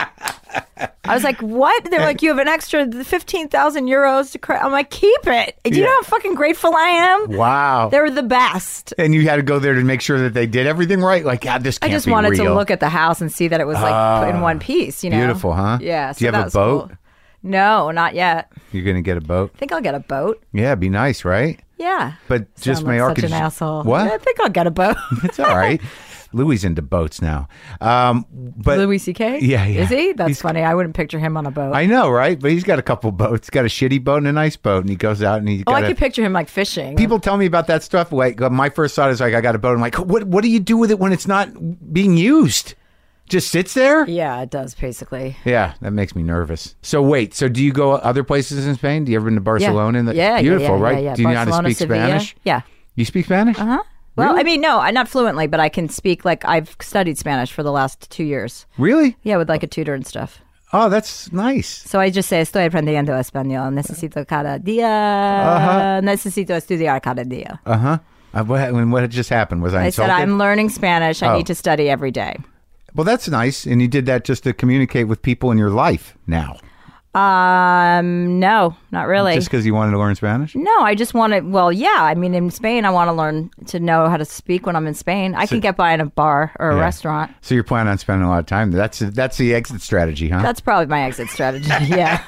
E: I was like, "What?" They're like, "You have an extra fifteen thousand euros to." Cra-. I'm like, "Keep it." Do you
A: Yeah.
E: know how fucking grateful I am?
A: Wow.
E: They're the best.
A: and you had to go there to make sure that they did everything right? Like, God, this
E: I
A: can't
E: just
A: be
E: wanted to
A: real. Ah,
E: look at the house and see that it was like put in one piece, you know.
A: beautiful, huh?
E: Yeah.
A: Do you have a
E: that was cool.
A: boat?
E: No, not yet. I
A: You're going to get a boat?
E: think I'll get a boat.
A: Yeah, it'd be nice, right?
E: Yeah.
A: But just
E: Sound like
A: Mallorca.
E: such an
A: just-
E: asshole.
A: What?
E: I think I'll get a boat.
A: It's all right. Louis into boats now. Um, but
E: Louis C.K.
A: Yeah, yeah.
E: Is he? That's
A: He's-
E: funny. I wouldn't picture him on a boat.
A: I know, right? But he's got a couple boats. He's got a shitty boat and a nice boat, and he goes out and he.
E: oh,
A: got
E: I
A: a-
E: could picture him like fishing.
A: People tell me about that stuff. Like uh, my first thought is like, I got a boat. I'm like, what? What do you do with it when it's not being used? Just sits there.
E: yeah, it does basically.
A: Yeah, that makes me nervous. So wait, so do you go other places in Spain? Do you ever been to Barcelona?
E: yeah.
A: And the-
E: yeah, yeah,
A: beautiful,
E: yeah,
A: right?
E: Yeah, yeah.
A: Do you know how to
E: Barcelona,
A: speak
E: Sevilla. Uh-huh.
A: Spanish?
E: Yeah.
A: You speak Spanish? Uh huh.
E: Well, I mean, no, I not fluently, but I can speak like I've studied Spanish for the last two years.
A: Really?
E: Yeah, with like a tutor and stuff.
A: Oh, that's nice.
E: So I just say, estoy aprendiendo español. Necesito cada dia. Necesito estudiar cada dia.
A: Uh, what, and what had just happened? Was I,
E: I said,
A: insulted?
E: I'm learning Spanish. I
A: Oh.
E: need to study every day.
A: Well, that's nice, and you did that just to communicate with people in your life now,
E: Um, no, not really.
A: just because you wanted to learn Spanish.
E: no, I just want to. Well, yeah. I mean, in Spain, I want to learn to know how to speak when I'm in Spain. I can get by in a bar or a
A: Yeah.
E: restaurant.
A: So you're planning on spending a lot of time. there. That's that's the exit strategy, huh?
E: That's probably my exit strategy. yeah.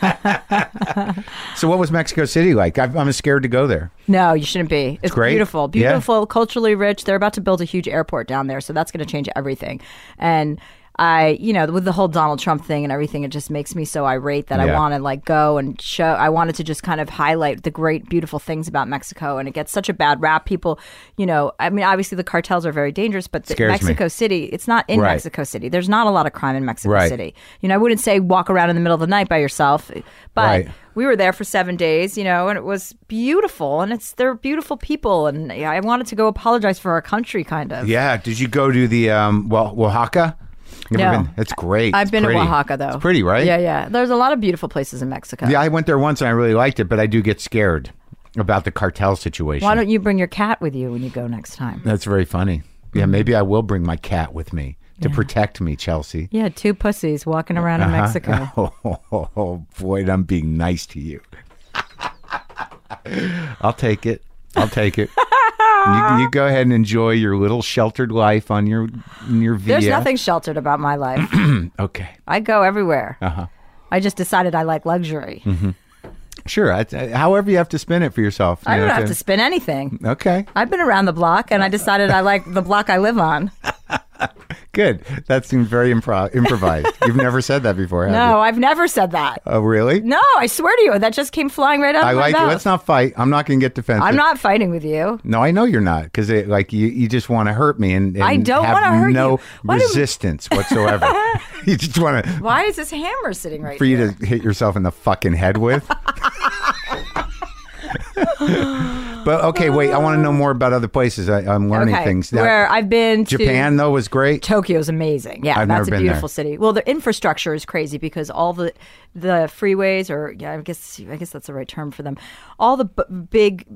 A: so what was Mexico City like? I've, I'm scared to go there.
E: No, you shouldn't be. It's,
A: great.
E: beautiful,
A: Yeah.
E: beautiful, culturally rich. They're about to build a huge airport down there, so that's going to change everything. And I, you know, with the whole Donald Trump thing and everything, it just makes me so irate that I
A: Yeah.
E: want to like go and show. I wanted to just kind of highlight the great, beautiful things about Mexico, and it gets such a bad rap. People, you know, I mean, obviously the cartels are very dangerous, but the,
A: Scares me.
E: Mexico City, it's not in
A: Right.
E: Mexico City. There's not a lot of crime in Mexico
A: Right.
E: City. You know, I wouldn't say walk around in the middle of the night by yourself, but
A: Right.
E: we were there for seven days, you know, and it was beautiful. And it's they're beautiful people, and yeah, I wanted to go apologize for our country, kind of.
A: Yeah. Did you go to the um, well, Oaxaca? Never
E: No.
A: been. It's great.
E: I've
A: It's
E: been
A: pretty.
E: to Oaxaca though.
A: It's pretty, right?
E: Yeah, yeah. There's a lot of beautiful places in Mexico.
A: Yeah, I went there once and I really liked it, but I do get scared about the cartel situation.
E: Why don't you bring your cat with you when you go next time?
A: That's very funny. Yeah, maybe I will bring my cat with me to protect me, Chelsea.
E: Yeah, two pussies walking around in Mexico.
A: Oh, oh, oh, Floyd, I'm being nice to you. I'll take it. I'll take it. you, you go ahead and enjoy your little sheltered life on your in your VF.
E: There's nothing sheltered about my life.
A: Okay.
E: I go everywhere.
A: Uh-huh.
E: I just decided I like luxury.
A: Mm-hmm. Sure. I, I- however, you have to spin it for yourself.
E: I
A: You
E: don't
A: know,
E: have to spin anything.
A: Okay.
E: I've been around the block and I decided I like the block I live on.
A: Good. That seems very impro- improvised. You've never said that before, have
E: No,
A: you?
E: I've never said that.
A: Oh, really?
E: No, I swear to you, that just came flying right out of
A: I
E: my
A: like it.
E: mouth.
A: Let's not fight. I'm not going to get defensive.
E: I'm not fighting with you.
A: No, I know you're not because like you, you just want to hurt me and, and
E: I don't
A: have
E: wanna hurt
A: no
E: you. Why do-
A: resistance whatsoever. you just want to
E: Why is this hammer sitting right
A: for you
E: here?
A: to hit yourself in the fucking head with. but okay, wait. I want to know more about other places. I, I'm learning
E: okay,
A: things. Now,
E: where I've been to
A: Japan though was great.
E: Tokyo's amazing. Yeah,
A: I've
E: that's
A: never been
E: a beautiful
A: there.
E: city. Well, the infrastructure is crazy because all the the freeways, or yeah, I guess I guess that's the right term for them. All the b- big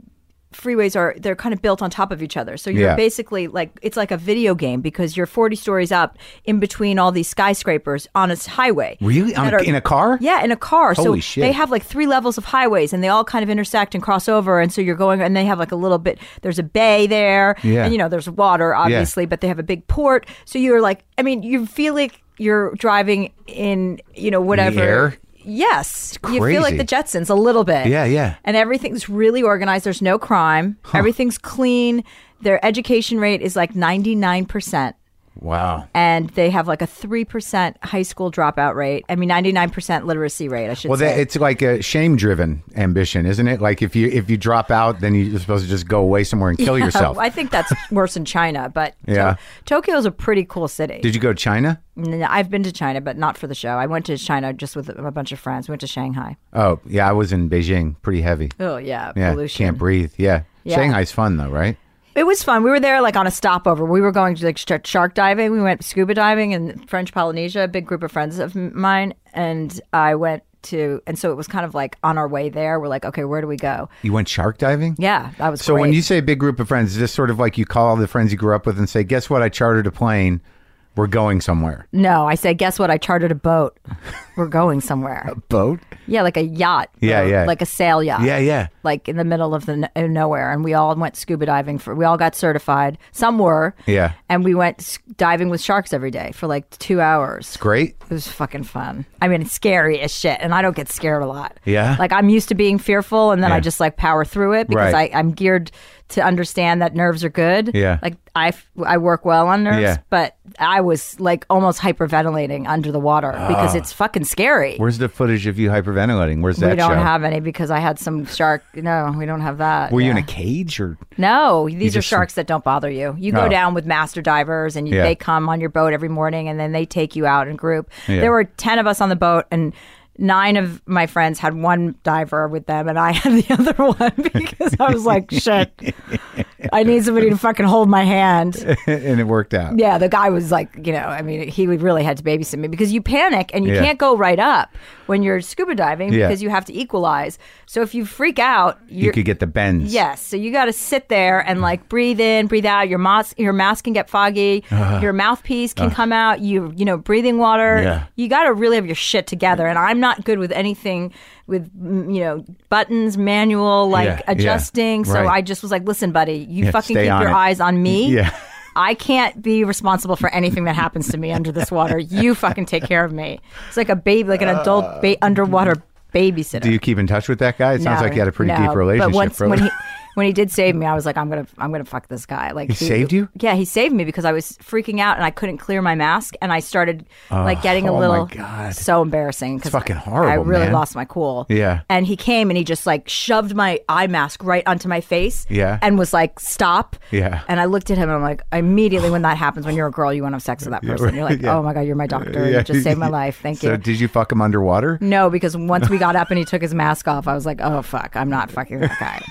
E: freeways are they're kind of built on top of each other. So you're
A: Yeah.
E: basically like it's like a video game because you're 40 stories up in between all these skyscrapers on a s- highway.
A: Really? On
E: that
A: a- in a car?
E: Yeah, in a car.
A: Holy
E: so
A: shit.
E: they have like three levels of highways and they all kind of intersect and cross over and so you're going and they have like a little bit there's a bay there
A: Yeah.
E: and you know there's water obviously but they have a big port so you're like i mean you feel like you're driving in you know whatever
A: air?
E: yes you feel
A: crazy.
E: like the jetsons a little bit
A: Yeah, yeah.
E: and everything's really organized there's no crime everything's clean their education rate is like 99%
A: Wow.
E: and they have like a 3% high school dropout rate. I mean, 99% literacy rate, I should
A: Well,
E: say.
A: that, it's like a shame-driven ambition, isn't it? Like if you if you drop out, then you're supposed to just go away somewhere and kill yourself.
E: I think that's worse in China, but To-
A: Yeah.
E: Tokyo's a pretty cool city.
A: Did you go to China?
E: N- I've been to China, but not for the show. I went to China just with a bunch of friends. We went to Shanghai.
A: Oh, yeah, I was in Beijing. Pretty heavy.
E: Oh yeah,
A: Yeah,
E: pollution.
A: can't breathe. Yeah.
E: Yeah.
A: Shanghai's fun though, right?
E: It was fun. We were there like on a stopover. We were going to like sh- shark diving. We went scuba diving in French Polynesia. A big group of friends of m- mine, and I went to. And so it was kind of like on our way there. We're like, okay, where do we go?
A: You went shark diving?
E: Yeah, that was
A: So when
E: great.
A: you say big group of friends, is this sort of like you call all the friends you grew up with and say, "Guess what? I chartered a plane. We're going somewhere."
E: no, I said, guess what? I chartered a boat. we're going somewhere.
A: Boat?
E: Yeah, like a yacht.
A: Yeah,
E: or
A: yeah.
E: Like a sail yacht.
A: Yeah, yeah.
E: Like in the middle of the n- of nowhere, and we all went scuba diving for. We all got certified. Some were.
A: Yeah.
E: And we went s- diving with sharks every day for like two hours.
A: Great.
E: It was fucking fun. I mean, it's scary as shit, and I don't get scared a lot.
A: Yeah.
E: Like I'm used to being fearful, and then
A: Yeah.
E: I just like power through it because
A: Right.
E: I, I'm geared to understand that nerves are good.
A: Yeah.
E: Like I, f- I work well on nerves,
A: Yeah.
E: but I was like almost hyperventilating under the water because it's fucking scary.
A: Ah. Where's the footage of you hyperventilating? Where's that
E: We don't
A: show?
E: have any because I had some shark. No, we don't have that.
A: Were you in
E: Yeah.
A: a cage or?
E: No, these are
A: just-
E: sharks that don't bother you. You
A: Oh.
E: go down with master divers, and you,
A: Yeah.
E: they come on your boat every morning, and then they take you out in group.
A: Yeah.
E: There were ten of us on the boat, and nine of my friends had one diver with them, and I had the other one because I was like, "Shit, I need somebody to fucking hold my hand."
A: and it worked out.
E: Yeah, the guy was like, you know, I mean, he would really had to babysit me because you panic and you
A: Yeah.
E: can't go right up when you're scuba diving
A: Yeah.
E: because you have to equalize. So if you freak out, you're,
A: You could get the bends.
E: Yes, so you got to sit there
A: Mm-hmm.
E: and like breathe in, breathe out. Your mask, your mask can get foggy.
A: Uh-huh.
E: your mouthpiece can come out. You, you know, breathing water.
A: Yeah.
E: You got to really have your shit together. And I'm not good with anything with mm, you know buttons, manual, like
A: Yeah, yeah,
E: adjusting. So
A: right.
E: I just was like, listen, buddy, you
A: Yeah,
E: fucking
A: stay
E: keep
A: on
E: your
A: it."
E: eyes on me.
A: Yeah.
E: I can't be responsible for anything that happens to me under this water. You fucking take care of me. It's like a baby, like an adult ba- underwater babysitter.
A: Do you keep in touch with that guy? It sounds
E: No,
A: like you had a pretty
E: no,
A: deep relationship.
E: But once
A: bro.
E: when he when he did save me, I was like, I'm gonna, I'm gonna fuck this guy. Like he
A: saved you?
E: Yeah, he saved me because I was freaking out and I couldn't clear my mask, and I started like getting
A: oh
E: a
A: my
E: little
A: God.
E: so embarrassing because
A: fucking horrible,
E: I really
A: man.
E: lost my cool.
A: Yeah.
E: and he came and he just like shoved my eye mask right onto my face.
A: Yeah.
E: and was like, stop.
A: Yeah.
E: and I looked at him and I'm like, immediately when that happens, when you're a girl, you want to have sex with that person. You're like,
A: Yeah.
E: oh my god, you're my doctor.
A: Yeah.
E: You just saved my life. Thank
A: So
E: you.
A: did you fuck him underwater?
E: No, because once we got up and he took his mask off, I was like, oh, fuck, I'm not fucking that guy.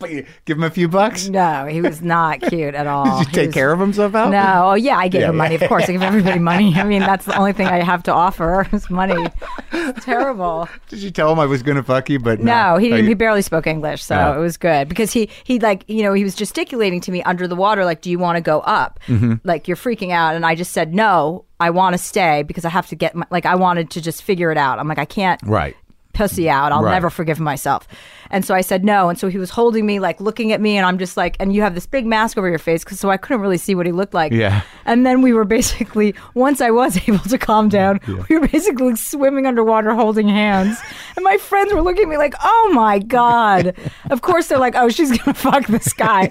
A: But you give him a few bucks.
E: No, he was not cute at all.
A: Did you
E: He
A: take
E: was-
A: care of him somehow?
E: No, oh, yeah, I gave
A: Yeah,
E: him money. Of course, I give everybody money. I mean, that's the only thing I have to offer is money. It's terrible.
A: Did you tell him I was going to fuck you? But
E: No, he
A: Oh,
E: didn't.
A: you-
E: He barely spoke English, so
A: Oh.
E: it was good because he he like you know he was gesticulating to me under the water, like, "Do you want to go up?
A: Mm-hmm.
E: Like you're freaking out," and I just said, "No, I want to stay because I have to get my like I wanted to just figure it out. I'm like I can't
A: Right.
E: pussy out. I'll
A: Right.
E: never forgive myself." And so I said no, and so he was holding me, like looking at me, and I'm just like, "And you have this big mask over your face," 'cause- so I couldn't really see what he looked like.
A: Yeah.
E: And then we were basically, once I was able to calm down, we were basically swimming underwater holding hands. And my friends were looking at me like, oh my God. of course, they're like, oh, she's going to fuck this guy.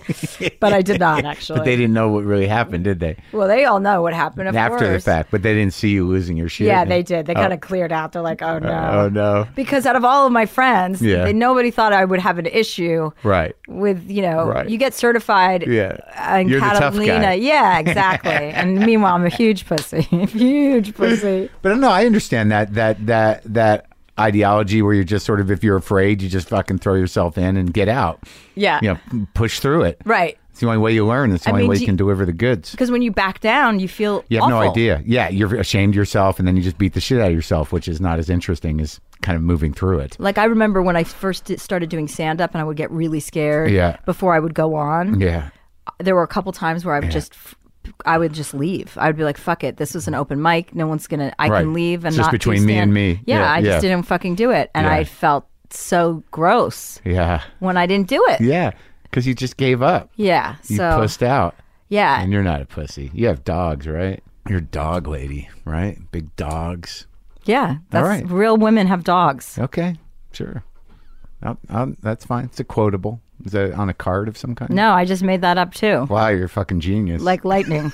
E: But I did not, actually.
A: But they didn't know what really happened, did they?
E: well, they all know what happened, of
A: After the
E: course.
A: fact, but they didn't see you losing your shit.
E: Yeah, they did. They
A: Oh.
E: kind of cleared out. They're like, oh no.
A: Oh no.
E: Because out of all of my friends,
A: Yeah.
E: they- nobody thought I would have an issue
A: Right.
E: with, you know,
A: Right.
E: you get certified
A: Yeah.
E: and
A: You're the tough
E: Catalina.
A: guy.
E: Yeah, exactly. and meanwhile, I'm a huge pussy. huge pussy.
A: But no, I understand that that that that ideology where you're just sort of if you're afraid, you just fucking throw yourself in and get out.
E: Yeah.
A: You know, push through it.
E: Right.
A: It's the only way you learn. It's the
E: I
A: only
E: mean,
A: way
E: do
A: you
E: you-
A: can deliver the goods.
E: Because when you back down, you feel
A: You have no
E: awful.
A: idea. Yeah, you're ashamed of yourself, and then you just beat the shit out of yourself, which is not as interesting as kind of moving through it.
E: Like I remember when I first did- started doing stand up, and I would get really scared.
A: Yeah.
E: Before I would go on,
A: Yeah.
E: there were a couple times where I would just, f- I would just leave. I would be like, "Fuck it, this is an open mic. No one's gonna. I
A: Right.
E: can leave and
A: Just
E: not do
A: between me and
E: stand-"
A: me.
E: Yeah,
A: Yeah,
E: I
A: yeah.
E: just didn't fucking do it, and
A: Yeah.
E: I felt so gross
A: Yeah.
E: when I didn't do it.
A: Yeah. Because you just gave up.
E: Yeah,
A: You
E: so
A: pussed out.
E: yeah,
A: And you're not a pussy. You have dogs, right? You're a dog lady, right? Big dogs.
E: yeah. That's
A: right.
E: real. Women have dogs.
A: Okay, sure. Um, um, that's fine. It's a quotable. Is that on a card of some kind?
E: No, I just made that up too.
A: Wow, you're a fucking genius.
E: Like lightning.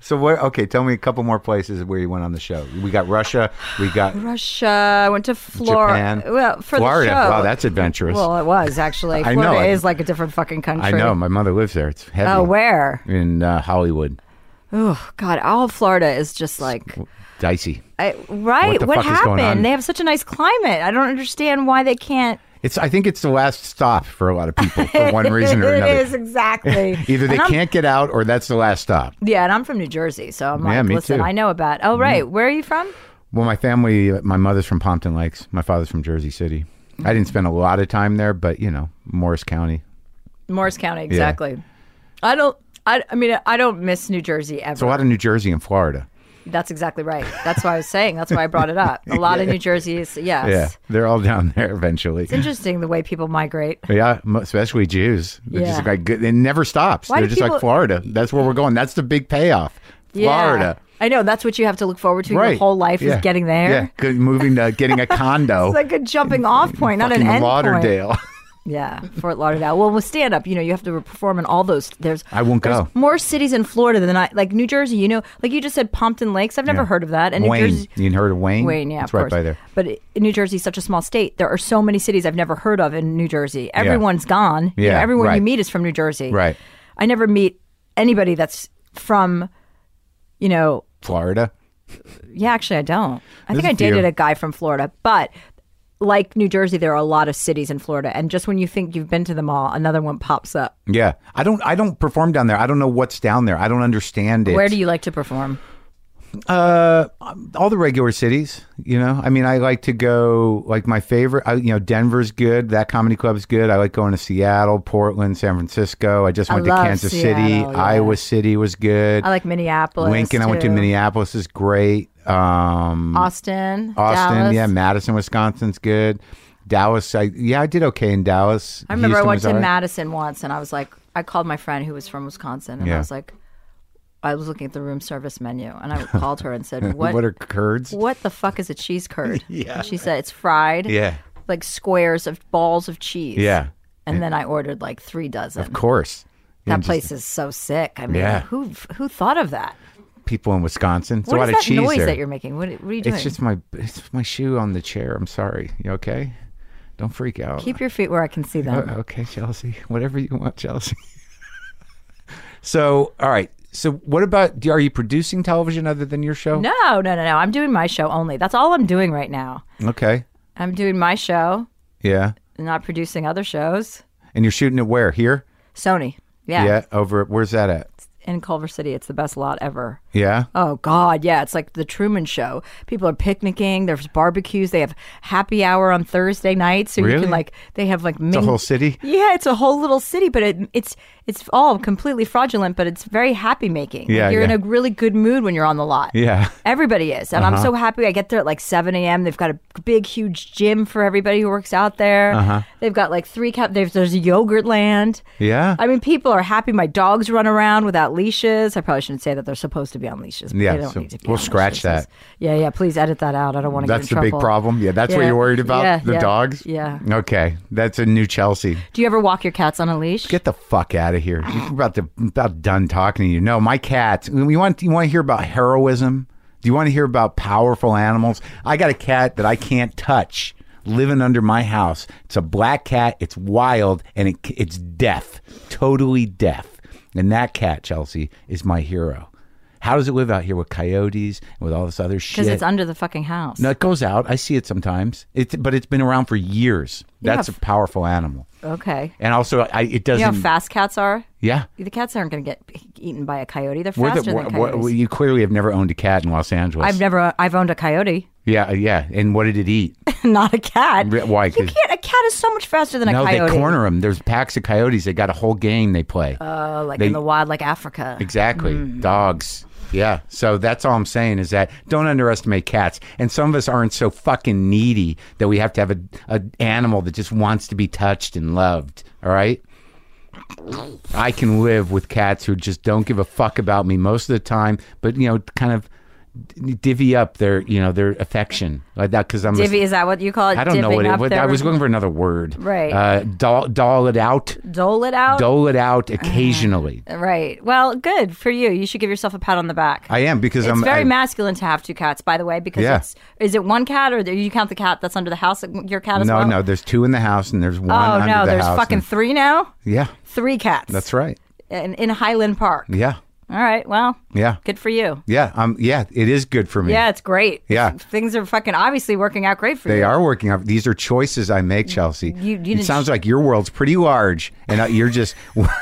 A: so what? Okay, tell me a couple more places where you went on the show. We got Russia. We got
E: Russia. I went to Florida.
A: Japan.
E: Well, for
A: Florida.
E: the show.
A: Wow, that's adventurous.
E: Well, it was actually.
A: I
E: Florida
A: know.
E: is like a different fucking country.
A: I know. My mother lives there. It's heavy.
E: Oh, where?
A: In uh, Hollywood.
E: Oh God, all of Florida is just like
A: Dicey.
E: I, right.
A: What
E: What,
A: the fuck is going
E: happened?
A: on?
E: They have such a nice climate. I don't understand why they can't.
A: It's. I think it's the last stop for a lot of people for one reason or another.
E: It is exactly.
A: Either they
E: And I'm-
A: can't get out, or that's the last stop.
E: Yeah, and I'm from New Jersey, so I'm
A: Yeah,
E: like,
A: me
E: listen,
A: too. Mm-hmm.
E: I know about. Oh, right. Where are you from?
A: Well, my family, my mother's from Pompton Lakes. My father's from Jersey City. I didn't spend a lot of time there, but you know, Morris County.
E: Morris County, exactly. I don't. I, I mean, I don't miss New Jersey ever.
A: It's a lot of New Jersey and Florida.
E: That's exactly right. That's why I was saying. That's why I brought it up. A lot of New Jersey is yes.
A: Yeah, they're all down there eventually.
E: It's interesting the way people migrate.
A: Yeah, m- especially Jews. They're just
E: Yeah.
A: like good. It never stops.
E: Why
A: they're
E: do
A: just like
E: people-
A: Florida. That's where we're going. That's the big payoff. Florida.
E: Yeah. I know. That's what you have to look forward to
A: Right.
E: your whole life
A: Yeah.
E: is getting there.
A: Yeah, good, moving to getting a condo.
E: It's like a jumping off point, not an
A: fucking
E: end point.
A: Lauderdale.
E: Yeah, Fort Lauderdale. Well, with stand up, you know, you have to perform in all those. There's
A: I won't
E: there's
A: go.
E: More cities in Florida than I like New Jersey. You know, like you just said, Pompton Lakes. I've never heard of that. And New
A: Wayne.
E: Jersey,
A: You heard of Wayne?
E: Wayne, yeah,
A: It's
E: of
A: right
E: course.
A: by there.
E: But it- New Jersey's such a small state. There are so many cities I've never heard of in New Jersey. Everyone's gone. You know,
A: Yeah,
E: everyone
A: right.
E: you meet is from New Jersey.
A: Right.
E: I never meet anybody that's from, you know,
A: Florida.
E: yeah, actually, I don't. I
A: There's
E: think
A: a
E: I dated
A: few.
E: a guy from Florida, but like New Jersey, there are a lot of cities in Florida, and just when you think you've been to them all, another one pops up.
A: Yeah, I don't. I don't perform down there. I don't know what's down there. I don't understand it.
E: Where do you like to perform?
A: Uh, all the regular cities. You know, I mean, I like to go. Like my favorite, I, you know, Denver's good. That comedy club's good. I like going to Seattle, Portland, San Francisco. I just went to
E: love
A: Kansas City.
E: Seattle, yeah.
A: Iowa City was good.
E: I like Minneapolis,
A: Lincoln. I went to
E: too.
A: Minneapolis. Is great. Um,
E: Austin,
A: Austin.
E: Dallas.
A: Yeah, Madison, Wisconsin's good. Dallas. I yeah, I did okay in Dallas.
E: I remember
A: Houston
E: I went
A: was
E: to
A: all right.
E: Madison once, and I was like, I called my friend who was from Wisconsin, and
A: Yeah.
E: I was like, I was looking at the room service menu, and I called her and said,
A: What,
E: "What?
A: are curds?
E: what the fuck is a cheese curd?" yeah, and she said it's fried.
A: Yeah.
E: like squares of balls of cheese.
A: Yeah.
E: And then I ordered like three dozen.
A: Of course.
E: that
A: And just
E: place is so sick. I mean,
A: Yeah.
E: who who thought of that?
A: People in Wisconsin. It's a
E: what
A: lot of
E: is that
A: cheese
E: noise
A: there.
E: that you're making? What, what are you doing?
A: It's just my it's my shoe on the chair. I'm sorry. You okay? Don't freak out.
E: Keep your feet where I can see them.
A: Uh, okay, Chelsea. Whatever you want, Chelsea. so, all right. So, what about? Are you producing television other than your show?
E: No, no, no, no. I'm doing my show only. That's all I'm doing right now.
A: Okay.
E: I'm doing my show,
A: Yeah.
E: not producing other shows.
A: And you're shooting it where? Here?
E: Sony. Yeah.
A: Over. Where's that at?
E: In Culver City, it's the best lot ever.
A: Yeah.
E: Oh God, yeah, it's like the Truman Show. People are picnicking. There's barbecues. They have happy hour on Thursday nights, so you
A: Really?
E: can like they have like
A: The
E: mini-
A: whole city.
E: Yeah, it's a whole little city, but it, it's it's all completely fraudulent, but it's very happy making.
A: Yeah,
E: you're
A: yeah.
E: in a really good mood when you're on the lot.
A: Yeah. Uh-huh.
E: Everybody is, and I'm so happy. I get there at like 7 a.m. They've got a big, huge gym for everybody who works out there. They've got like three cap. There's there's yogurt land.
A: Uh-huh. Yeah.
E: I mean, people are happy. My dogs run around without leashes. I probably shouldn't say that they're supposed to be on leashes. But
A: Yeah,
E: they don't
A: so
E: need to be
A: we'll
E: on
A: scratch
E: leashes.
A: that.
E: Yeah, yeah. Please edit that out. I don't want to.
A: That's the
E: get in
A: big
E: trouble.
A: problem. Yeah. That's what
E: Yeah.
A: you're worried about.
E: Yeah,
A: the
E: yeah,
A: dogs.
E: yeah.
A: Okay. That's a new Chelsea.
E: Do you ever walk your cats on a leash?
A: Get the fuck out of here. You're about to about done talking to you. No, my cats. You want you want to hear about heroism? Do you want to hear about powerful animals? I got a cat that I can't touch living under my house. It's a black cat. It's wild and it it's deaf. Totally deaf. And that cat, Chelsea, is my hero. How does it live out here with coyotes and with all this other shit?
E: Because it's under the fucking house.
A: no, it goes out. I see it sometimes. It's but it's been around for years. That's
E: have-
A: a powerful animal.
E: Okay.
A: And also, I, it doesn't.
E: You know how fast cats are?
A: yeah.
E: The cats aren't going to get eaten by a coyote. They're
A: We're the-
E: faster than
A: wha- wha-
E: coyotes.
A: you clearly have never owned a cat in Los Angeles.
E: I've never. I've owned a coyote,
A: yeah, yeah. And what did it eat?
E: not a cat.
A: Re- why?
E: You
A: 'Cause-
E: can't. A cat is so much faster than
A: no,
E: a coyote.
A: they corner them. There's packs of coyotes. They got a whole game they play.
E: Oh, like
A: They-
E: in the wild, like Africa.
A: exactly.
E: Mm-hmm.
A: Dogs. Yeah. So that's all I'm saying is that don't underestimate cats. And some of us aren't so fucking needy that we have to have a, a animal that just wants to be touched and loved. All right. I can live with cats who just don't give a fuck about me most of the time, but you know, kind of divvy up their you know their affection like that because I'm a-
E: Divvy, is that what you call it?
A: I don't know
E: Divvying
A: what it
E: up
A: was.
E: their-
A: I was looking for another word.
E: Right.
A: Uh, doll, doll it out.
E: dole it out.
A: Dole it out
E: Uh-huh.
A: occasionally.
E: Right. Well, good for you. You should give yourself a pat on the back.
A: I am because
E: it's
A: I'm
E: very
A: I-
E: masculine to have two cats, by the way, because
A: Yeah.
E: it's is it one cat or do you count the cat that's under the house, your cat as
A: No,
E: well?
A: no. There's two in the house and there's one
E: Oh
A: under
E: no,
A: the
E: there's
A: house
E: fucking
A: and-
E: three now.
A: yeah,
E: Three cats.
A: that's right.
E: In, in Highland Park.
A: Yeah,
E: All right. Well.
A: yeah,
E: Good for you.
A: yeah. Um, yeah. It is good for me.
E: Yeah, it's great.
A: Yeah.
E: Things are fucking obviously working out great for you.
A: They are working out. These are choices I make, Chelsea.
E: you
A: it
E: didn't-
A: sounds like your world's pretty large, and uh, you're just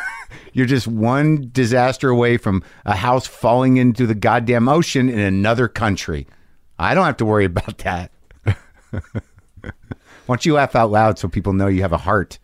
A: you're just one disaster away from a house falling into the goddamn ocean in another country. I don't have to worry about that. Why don't you laugh out loud so people know you have a heart?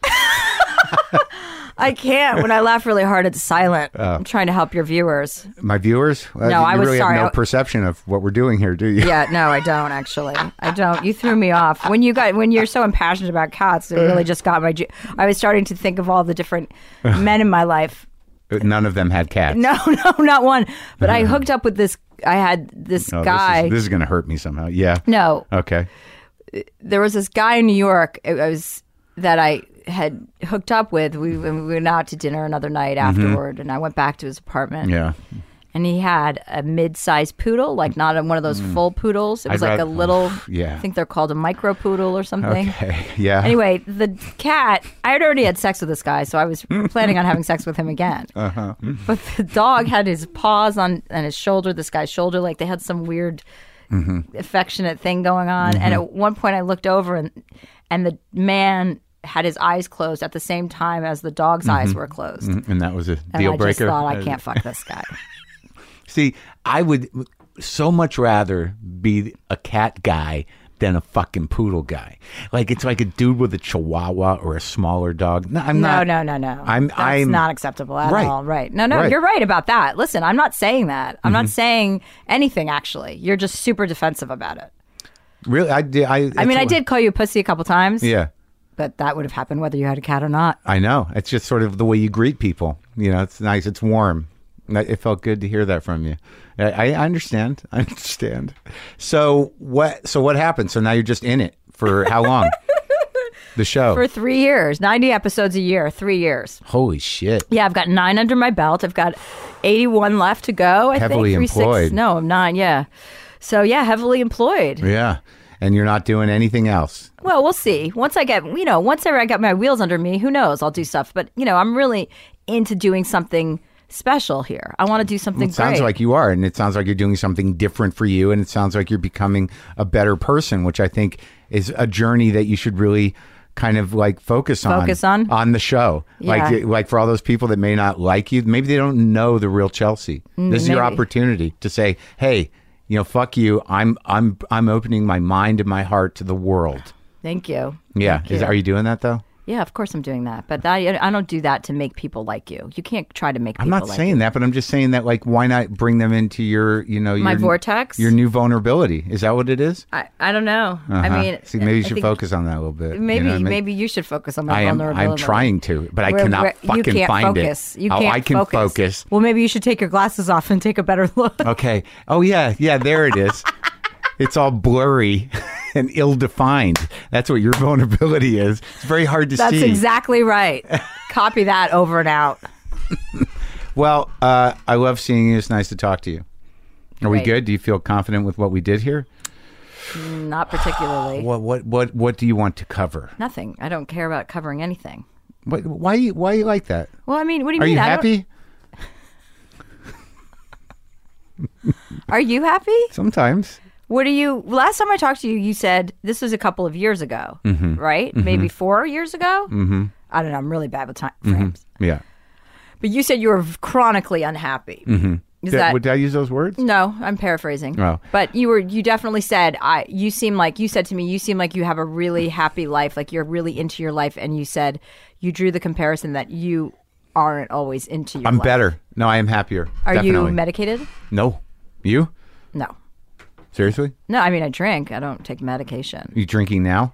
E: I can't. When I laugh really hard, it's silent.
A: Oh.
E: I'm trying to help your viewers.
A: My viewers, no,
E: I
A: you
E: was
A: really
E: sorry.
A: have no
E: I-
A: perception of what we're doing here, do you?
E: Yeah, no, I don't actually. I don't. You threw me off when you got when you're so impassioned about cats. It really just got my. ju- I was starting to think of all the different men in my life.
A: None of them had cats.
E: No, no, not one. But I hooked up with this. I had this
A: Oh,
E: guy.
A: This is, this is going to hurt me somehow. Yeah.
E: no,
A: Okay.
E: there was this guy in New York. It was that I had hooked up with. We, we went out to dinner another night afterward, and I went back to his apartment.
A: Mm-hmm. Yeah.
E: and he had a mid-sized poodle, like not a, one of those full poodles. It was
A: I'd
E: like
A: rather-
E: a little.
A: Mm. Yeah.
E: I think they're called a micro poodle or something.
A: Okay. Yeah.
E: Anyway, the cat. I had already had sex with this guy, so I was planning on having sex with him again.
A: Uh-huh.
E: But the dog had his paws on and his shoulder. This guy's shoulder, like they had some weird.
A: Mm-hmm.
E: Affectionate thing going on, and at one point I looked over and and the man had his eyes closed at the same time as the dog's eyes were closed,
A: Mm, And that was a
E: and
A: Mm-hmm. deal
E: I
A: breaker. Uh,
E: just thought I can't fuck this guy.
A: See, I would so much rather be a cat guy than a fucking poodle guy. Like it's like a dude with a chihuahua or a smaller dog. No, I'm
E: No,
A: not.
E: no, no, no.
A: I'm-
E: That's
A: I'm-
E: not acceptable at
A: Right.
E: all. Right. No, no,
A: Right. Mm-hmm.
E: you're right about that. Listen, I'm not saying that. I'm not saying anything actually. You're just super defensive about it.
A: Really, I did. I,
E: I mean, I did call you a pussy a couple times,
A: Yeah,
E: but that would have happened whether you had a cat or not.
A: I know. It's just sort of the way you greet people. You know, it's nice. It's warm. I- It felt good to hear that from you. I, I understand. I understand. So what? So what happened? So now you're just in it for how long?
C: the show.
E: for three years, 90 episodes a year, three years.
C: Holy shit.
E: Yeah, I've got nine under my belt. I've got 81 left to go. I
A: Heavily
E: think. Three, six-
A: employed.
E: no, I'm nine. Yeah. So, yeah, heavily employed.
A: Yeah. And you're not doing anything else.
E: Well, we'll see. Once I get, you know, once I got my wheels under me, who knows? I'll do stuff. But, you know, I'm really into doing something special here. I want to do something
A: It sounds
E: great.
A: like you are, and it sounds like you're doing something different for you, and it sounds like you're becoming a better person, which I think is a journey that you should really kind of like focus on
E: Focus on?
A: on the show like
E: Yeah.
A: like for all those people that may not like you maybe they don't know the real chelsea this is your
E: Mm, maybe.
A: opportunity to say hey you know fuck you i'm i'm i'm opening my mind and my heart to the world
E: Thank you.
A: yeah is,
E: you.
A: are you doing that though
E: Yeah, of course I'm doing that. But that, I don't do that to make people like you. You can't try to make
A: I'm
E: people
A: not
E: like
A: saying that, but I'm just saying that like why not bring them into your you know
E: My
A: your,
E: vortex?
A: your new vulnerability is that what it is?
E: I, I don't know. I
A: Uh-huh.
E: mean,
A: see, maybe you
E: I
A: should
E: think-
A: focus on that a little bit. you know
E: Maybe
A: what I mean?
E: maybe you should focus on my
A: I am. I
E: vulnerability.
A: am trying to, but I
E: Where-
A: cannot
E: where-
A: fucking
E: you can't
A: find
E: focus.
A: it.
E: You
A: oh,
E: can't
A: I can focus.
E: Well, maybe you should take your glasses off and take a better look.
A: Okay. Oh yeah, yeah. There it is. it's all blurry and ill-defined. That's what your vulnerability is. It's very hard to
E: That's
A: see.
E: exactly right. Copy that over and out.
A: well, uh, I love seeing you. It's nice to talk to you. Are we
E: Great.
A: good? Do you feel confident with what we did here?
E: Not particularly.
A: What what what what do you want to cover?
E: Nothing. I don't care about covering anything.
A: What, why you- why you like that?
E: Well, I mean, what do you
A: Are
E: mean?
A: you
E: I don't-
A: happy?
E: Are you happy?
A: Sometimes.
E: What do you? Last time I talked to you, you said this was a couple of years ago, right? Maybe four years ago. Mm-hmm. I don't know. I'm really bad with time frames.
A: Yeah.
E: But you said you were chronically unhappy. Mm-hmm. Is
A: Did,
E: that
A: would I use those words?
E: No, I'm paraphrasing.
A: Oh.
E: But you were you definitely said I you seem like you said to me you seem like you have a really happy life, like you're really into your life and you said you drew the comparison that you aren't always into your
A: I'm
E: life.
A: better. No, I am happier.
E: Are
A: Definitely.
E: you medicated?
A: No. You?
E: No.
A: Seriously?
E: No, I mean I drink. I don't take medication.
A: You drinking now?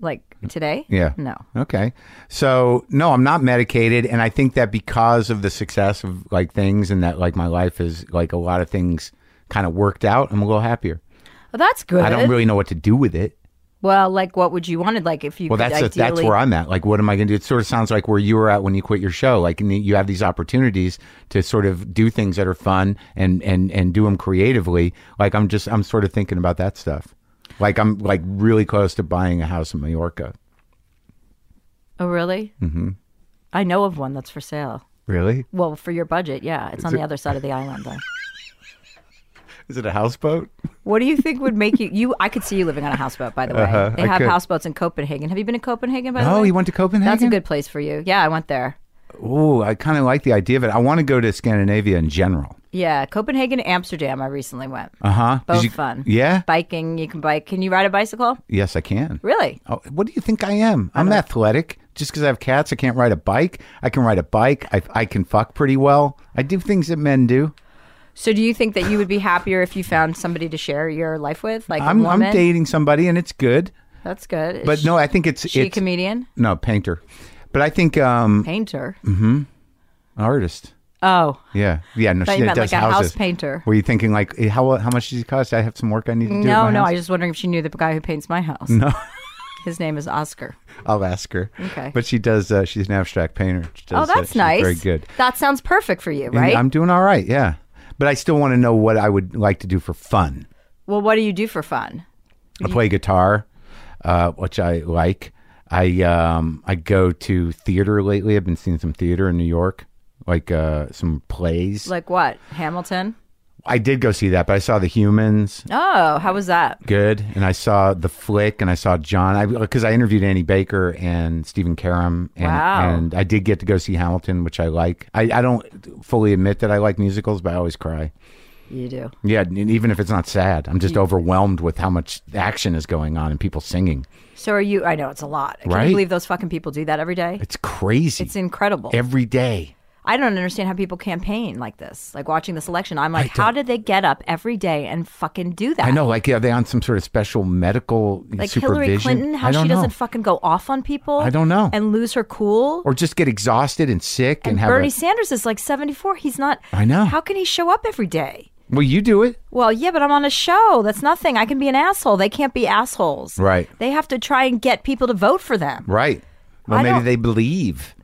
E: Like today?
A: Yeah.
E: No.
A: Okay. So, no, I'm not medicated and I think that because of the success of like things and that like my life is like a lot of things kind of worked out, I'm a little happier.
E: Well, that's good.
A: I don't really know what to do with it.
E: Well, like what would you wanted like if you
A: Well,
E: could
A: that's
E: ideally
A: that's where I'm at. Like, what am I going to do? It sort of sounds like where you were at when you quit your show. Like, and you have these opportunities to sort of do things that are fun and and and do them creatively. Like, I'm just I'm sort of thinking about that stuff. Like, I'm like really close to buying a house in Mallorca.
E: Oh, really? Mhm.
A: Mm-hmm.
E: I know of one that's for sale.
A: Really?
E: Well, for your budget, yeah. It's on the other side of the island though.
A: Is it a houseboat?
E: What do you think would make you you? I could see you living on a houseboat. By the way, they
A: Uh-huh, I
E: have
A: could.
E: houseboats in Copenhagen. Have you been to Copenhagen? By the way,
A: Oh, you went to Copenhagen.
E: That's a good place for you. Yeah, I went there.
A: Oh, I kind of like the idea of it. I want to go to Scandinavia in general.
E: Yeah, Copenhagen, Amsterdam. I recently went.
A: Uh huh.
E: Both fun.
A: Yeah.
E: Biking, you can bike. Can you ride a bicycle?
A: Yes, I can.
E: Really?
A: Oh, what do you think I am? I'm athletic. Just because I have cats, I can't ride a bike. I can ride a bike. I, I can fuck pretty well. I do things that men do.
E: So, do you think that you would be happier if you found somebody to share your life with, like
A: I'm
E: a woman?
A: I'm dating somebody and it's good,
E: That's good. Is
A: but no, I think it's
E: she a
A: it's
E: comedian,
A: no painter, but I think um
E: painter.
A: artist.
E: Oh,
A: Yeah, yeah. No,
E: Thought
A: she
E: you meant
A: does
E: like a house
A: houses.
E: painter.
A: Were you thinking like eh, how how much does it cost? I have some work I need to do. at
E: no,
A: my
E: no.
A: house?
E: I was just wondering if she knew the guy who paints my house. No. His name is Oscar.
A: I'll ask her.
E: Okay.
A: but she does. Uh, she's an abstract painter. She
E: Oh,
A: does, uh,
E: that's
A: she's
E: nice.
A: Very good.
E: That sounds perfect for you,
A: And
E: right?
A: I'm doing all right. Yeah, but I still want to know what I would like to do for fun.
E: Well, what do you do for fun?
A: I play guitar, uh, which I like. I um, I go to theater lately. I've been seeing some theater in New York, like uh, some plays.
E: Like what? Hamilton?
A: I did go see that, but I saw The Humans,
E: Oh, how was that?
A: good, and I saw The Flick, and I saw John. I because I interviewed Annie Baker and Stephen Karam, and,
E: Wow.
A: and I did get to go see Hamilton, which I like. I, I don't fully admit that I like musicals, but I always cry.
E: You do.
A: Yeah, and even if it's not sad, I'm just overwhelmed with how much action is going on and people singing.
E: So are you? I know it's a lot. Can
A: Right?
E: you believe those fucking people do that every day?
A: It's crazy.
E: It's incredible.
A: every day.
E: I don't understand how people campaign like this. Like watching this election, I'm like, how did they get up every day and fucking do that?
A: I know, like, are they on some sort of special medical
E: Like
A: supervision?
E: Hillary Clinton, how
A: I don't
E: she
A: know.
E: doesn't fucking go off on people.
A: I don't know.
E: And lose her cool.
A: or just get exhausted and sick and,
E: and
A: have
E: Bernie
A: a,
E: Sanders is like 74. He's not.
A: I know.
E: How can he show up every day?
A: Well, you do it.
E: Well, yeah, but I'm on a show. That's nothing. I can be an asshole. They can't be assholes.
A: Right.
E: They have to try and get people to vote for them.
A: Right. Well,
E: I
A: maybe
E: don't-
A: they believe.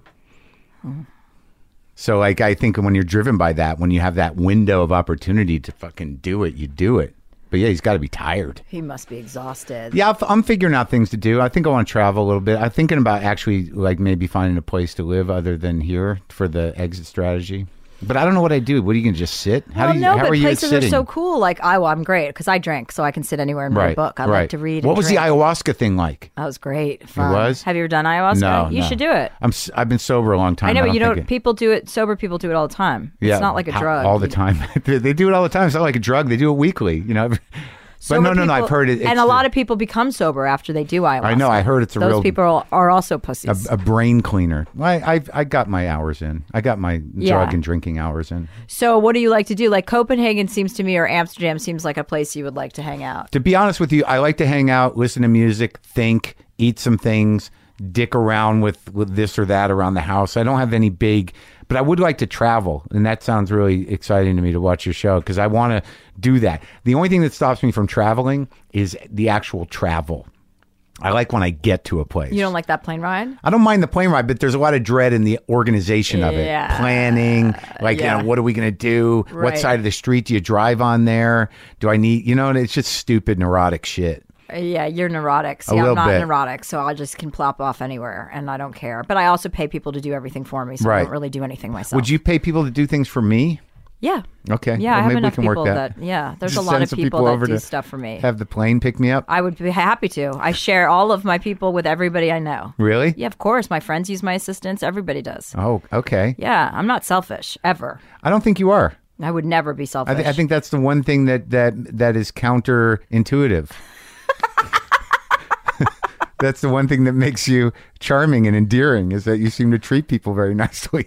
A: So, like, I think when you're driven by that, when you have that window of opportunity to fucking do it, you do it. But yeah, he's got to be tired.
E: He must be exhausted.
A: Yeah, I've- I'm figuring out things to do. I think I want to travel a little bit. I'm thinking about actually, like, maybe finding a place to live other than here for the exit strategy. But I don't know what I do. What are you going to just sit? How
E: well,
A: do you?
E: no,
A: how
E: but
A: are you at
E: places are
A: sitting?
E: so cool. Like, I, well, I'm great because I drink, so I can sit anywhere and read a
A: Right.
E: book. I
A: right.
E: like to read.
A: What
E: and
A: was
E: drink.
A: the ayahuasca thing like?
E: That was great. Fun.
A: was?
E: Have you ever done ayahuasca?
A: No,
E: you
A: no.
E: should do it.
A: I'm. s- I've been sober a long time.
E: I know,
A: but
E: but you
A: I'm
E: don't.
A: thinking-
E: People do it. Sober people do it all the time. it's not like a
A: how-
E: drug.
A: All the
E: You-
A: time. they they do it all the time. It's not like a drug. They do it weekly. You know. but
E: sober
A: no, no, no. I've
E: people-
A: heard it.
E: and
A: it's
E: a
A: the-
E: lot of people become sober after they do ayahuasca.
A: I know. I heard it's a
E: Those
A: real
E: people are, are also pussies.
A: a, a brain cleaner. I, I I got my hours in. I got my
E: Yeah.
A: drug and drinking hours in.
E: so, what do you like to do? Like Copenhagen seems to me, or Amsterdam seems like a place you would like to hang out.
A: To be honest with you, I like to hang out, listen to music, think, eat some things, dick around with, with this or that around the house. I don't have any big, but I would like to travel. And that sounds really exciting to me to watch your show because I want to do that. The only thing that stops me from traveling is the actual travel. I like when I get to a place.
E: You don't like that plane ride?
A: I don't mind the plane ride, but there's a lot of dread in the organization of
E: Yeah.
A: it. Planning, like,
E: Yeah.
A: you know, what are we going to do?
E: Right.
A: What side of the street do you drive on there? Do I need, you know, and it's just stupid, neurotic shit.
E: Uh, Yeah, you're neurotic. See, I'm
A: little
E: not
A: bit.
E: neurotic, so I just can plop off anywhere, and I don't care. But I also pay people to do everything for me, so I don't
A: Right.
E: really do anything myself.
A: Would you pay people to do things for me?
E: Yeah.
A: Okay.
E: Yeah,
A: Well,
E: I have
A: maybe we
E: enough
A: can work
E: people
A: that.
E: that. Yeah, there's a
A: Just
E: lot
A: send
E: of
A: some
E: people,
A: over
E: that do
A: to
E: stuff for me.
A: Have the plane pick me up?
E: I would be happy to. I share all of my people with everybody I know.
A: really?
E: Yeah, of course. My friends use my assistants. Everybody does.
A: Oh, okay.
E: Yeah, I'm not selfish ever.
A: I don't think you are.
E: I would never be selfish.
A: I, th- I think that's the one thing that that that is counterintuitive. that's the one thing that makes you charming and endearing is that you seem to treat people very nicely.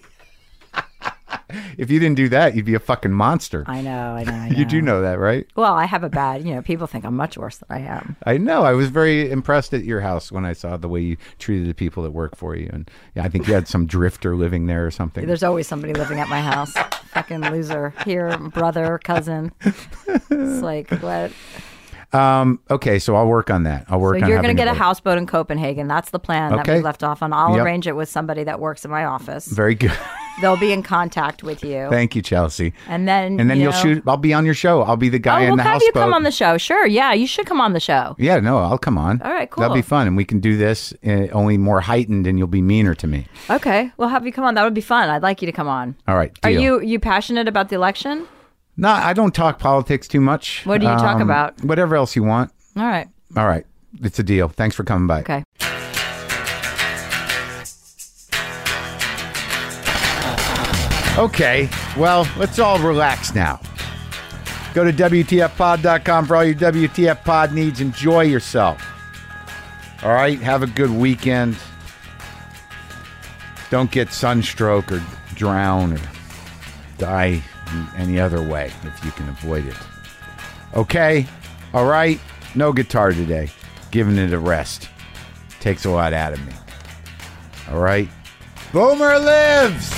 A: if you didn't do that, you'd be a fucking monster.
E: I know. I know. I
A: You
E: know.
A: do know that, right?
E: Well, I have a bad. You know, people think I'm much worse than I am.
A: I know. I was very impressed at your house when I saw the way you treated the people that work for you, and yeah, I think you had some drifter living there or something.
E: There's always somebody living at my house. Fucking loser here, brother, cousin. It's like what?
A: Okay, so I'll work on that. I'll work.
E: So
A: on
E: you're going
A: having
E: to get a
A: vote.
E: houseboat in Copenhagen. That's the plan that
A: Okay.
E: we left off on. I'll
A: Yep.
E: arrange it with somebody that works in my office.
A: Very good.
E: They'll be in contact with you.
A: Thank you, Chelsea.
E: and then
A: and then
E: you
A: you'll
E: know-
A: shoot. I'll be on your show. I'll be the
E: Oh,
A: guy in
E: we'll
A: the
E: have
A: house.
E: you come on the show. Sure. Yeah, you should come on the show.
A: Yeah, no, I'll come on.
E: All right,
A: That'll be
E: cool.
A: fun, and we can do this uh, only more heightened, and you'll be meaner to me.
E: Okay. We'll have you come on. That would be fun. I'd like you to come on.
A: All right.
E: Are
A: deal.
E: you you passionate about the election?
A: No, I don't talk politics too much. Um,
E: What do you talk about?
A: Whatever else you want.
E: All right.
A: All right, it's a deal. Thanks for coming by.
E: Okay.
A: Okay, well, let's all relax now. Go to WTFpod.com for all your WTF pod needs. Enjoy yourself. All right, have a good weekend. Don't get sunstroke or drown or die in any other way if you can avoid it. Okay, all right, no guitar today. Giving it a rest. Takes a lot out of me. All right, Boomer lives!